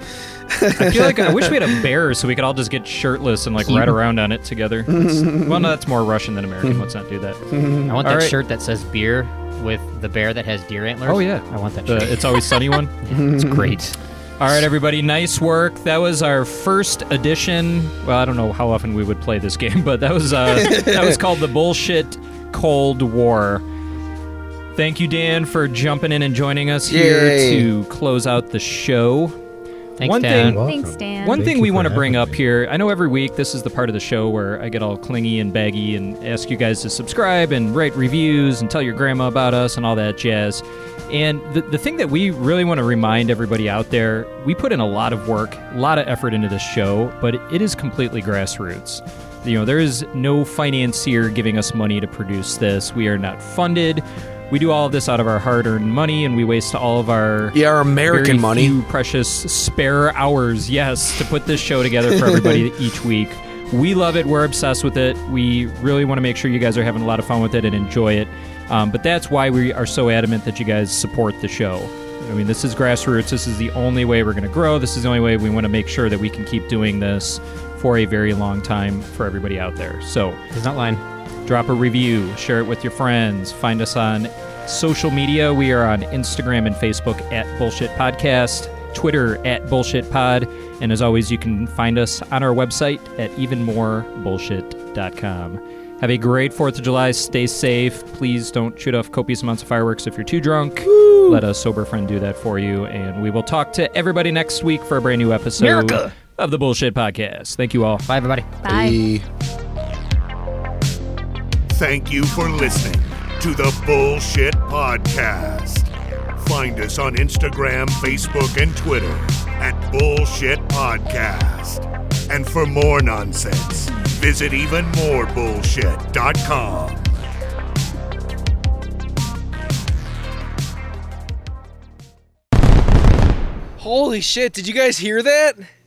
I feel like I wish we had a bear so we could all just get shirtless and like ride around on it together. That's- well, no, that's more Russian than American. Let's not do that. I want that All right. shirt that says beer with the bear that has deer antlers. Oh yeah, I want that The shirt. it's always sunny one. it's great. All right, everybody, nice work. That was our first edition. Well, I don't know how often we would play this game, but that was uh, that was called the bullshit Cold War. Thank you, Dan, for jumping in and joining us here Yay. to close out the show. Thanks, one Dan. Thing, You're welcome. Thanks, Dan. One Thank thing you we for want to bring having up here. I know every week this is the part of the show where I get all clingy and baggy and ask you guys to subscribe and write reviews and tell your grandma about us and all that jazz. And the, the thing that we really want to remind everybody out there, we put in a lot of work, a lot of effort into this show, but it is completely grassroots. You know, there is no financier giving us money to produce this. We are not funded. We do all of this out of our hard-earned money, and we waste all of our Yeah, our American very money. few precious spare hours, yes, to put this show together for everybody each week. We love it. We're obsessed with it. We really want to make sure you guys are having a lot of fun with it and enjoy it. Um, but that's why we are so adamant that you guys support the show. I mean, this is grassroots. This is the only way we're going to grow. This is the only way we want to make sure that we can keep doing this for a very long time for everybody out there. So, he's not lying. Drop a review, share it with your friends, find us on social media. We are on Instagram and Facebook at Bullshit Podcast, Twitter at Bullshit Pod, and as always, you can find us on our website at evenmorebullshit.com. Have a great 4th of July. Stay safe. Please don't shoot off copious amounts of fireworks if you're too drunk. Let a sober friend do that for you. And we will talk to everybody next week for a brand new episode America. of the Bullshit Podcast. Thank you all. Bye, everybody. Bye. Thank you for listening to the Bullshit Podcast. Find us on Instagram, Facebook, and Twitter at Bullshit Podcast. And for more nonsense, visit evenmorebullshit.com. Holy shit, did you guys hear that?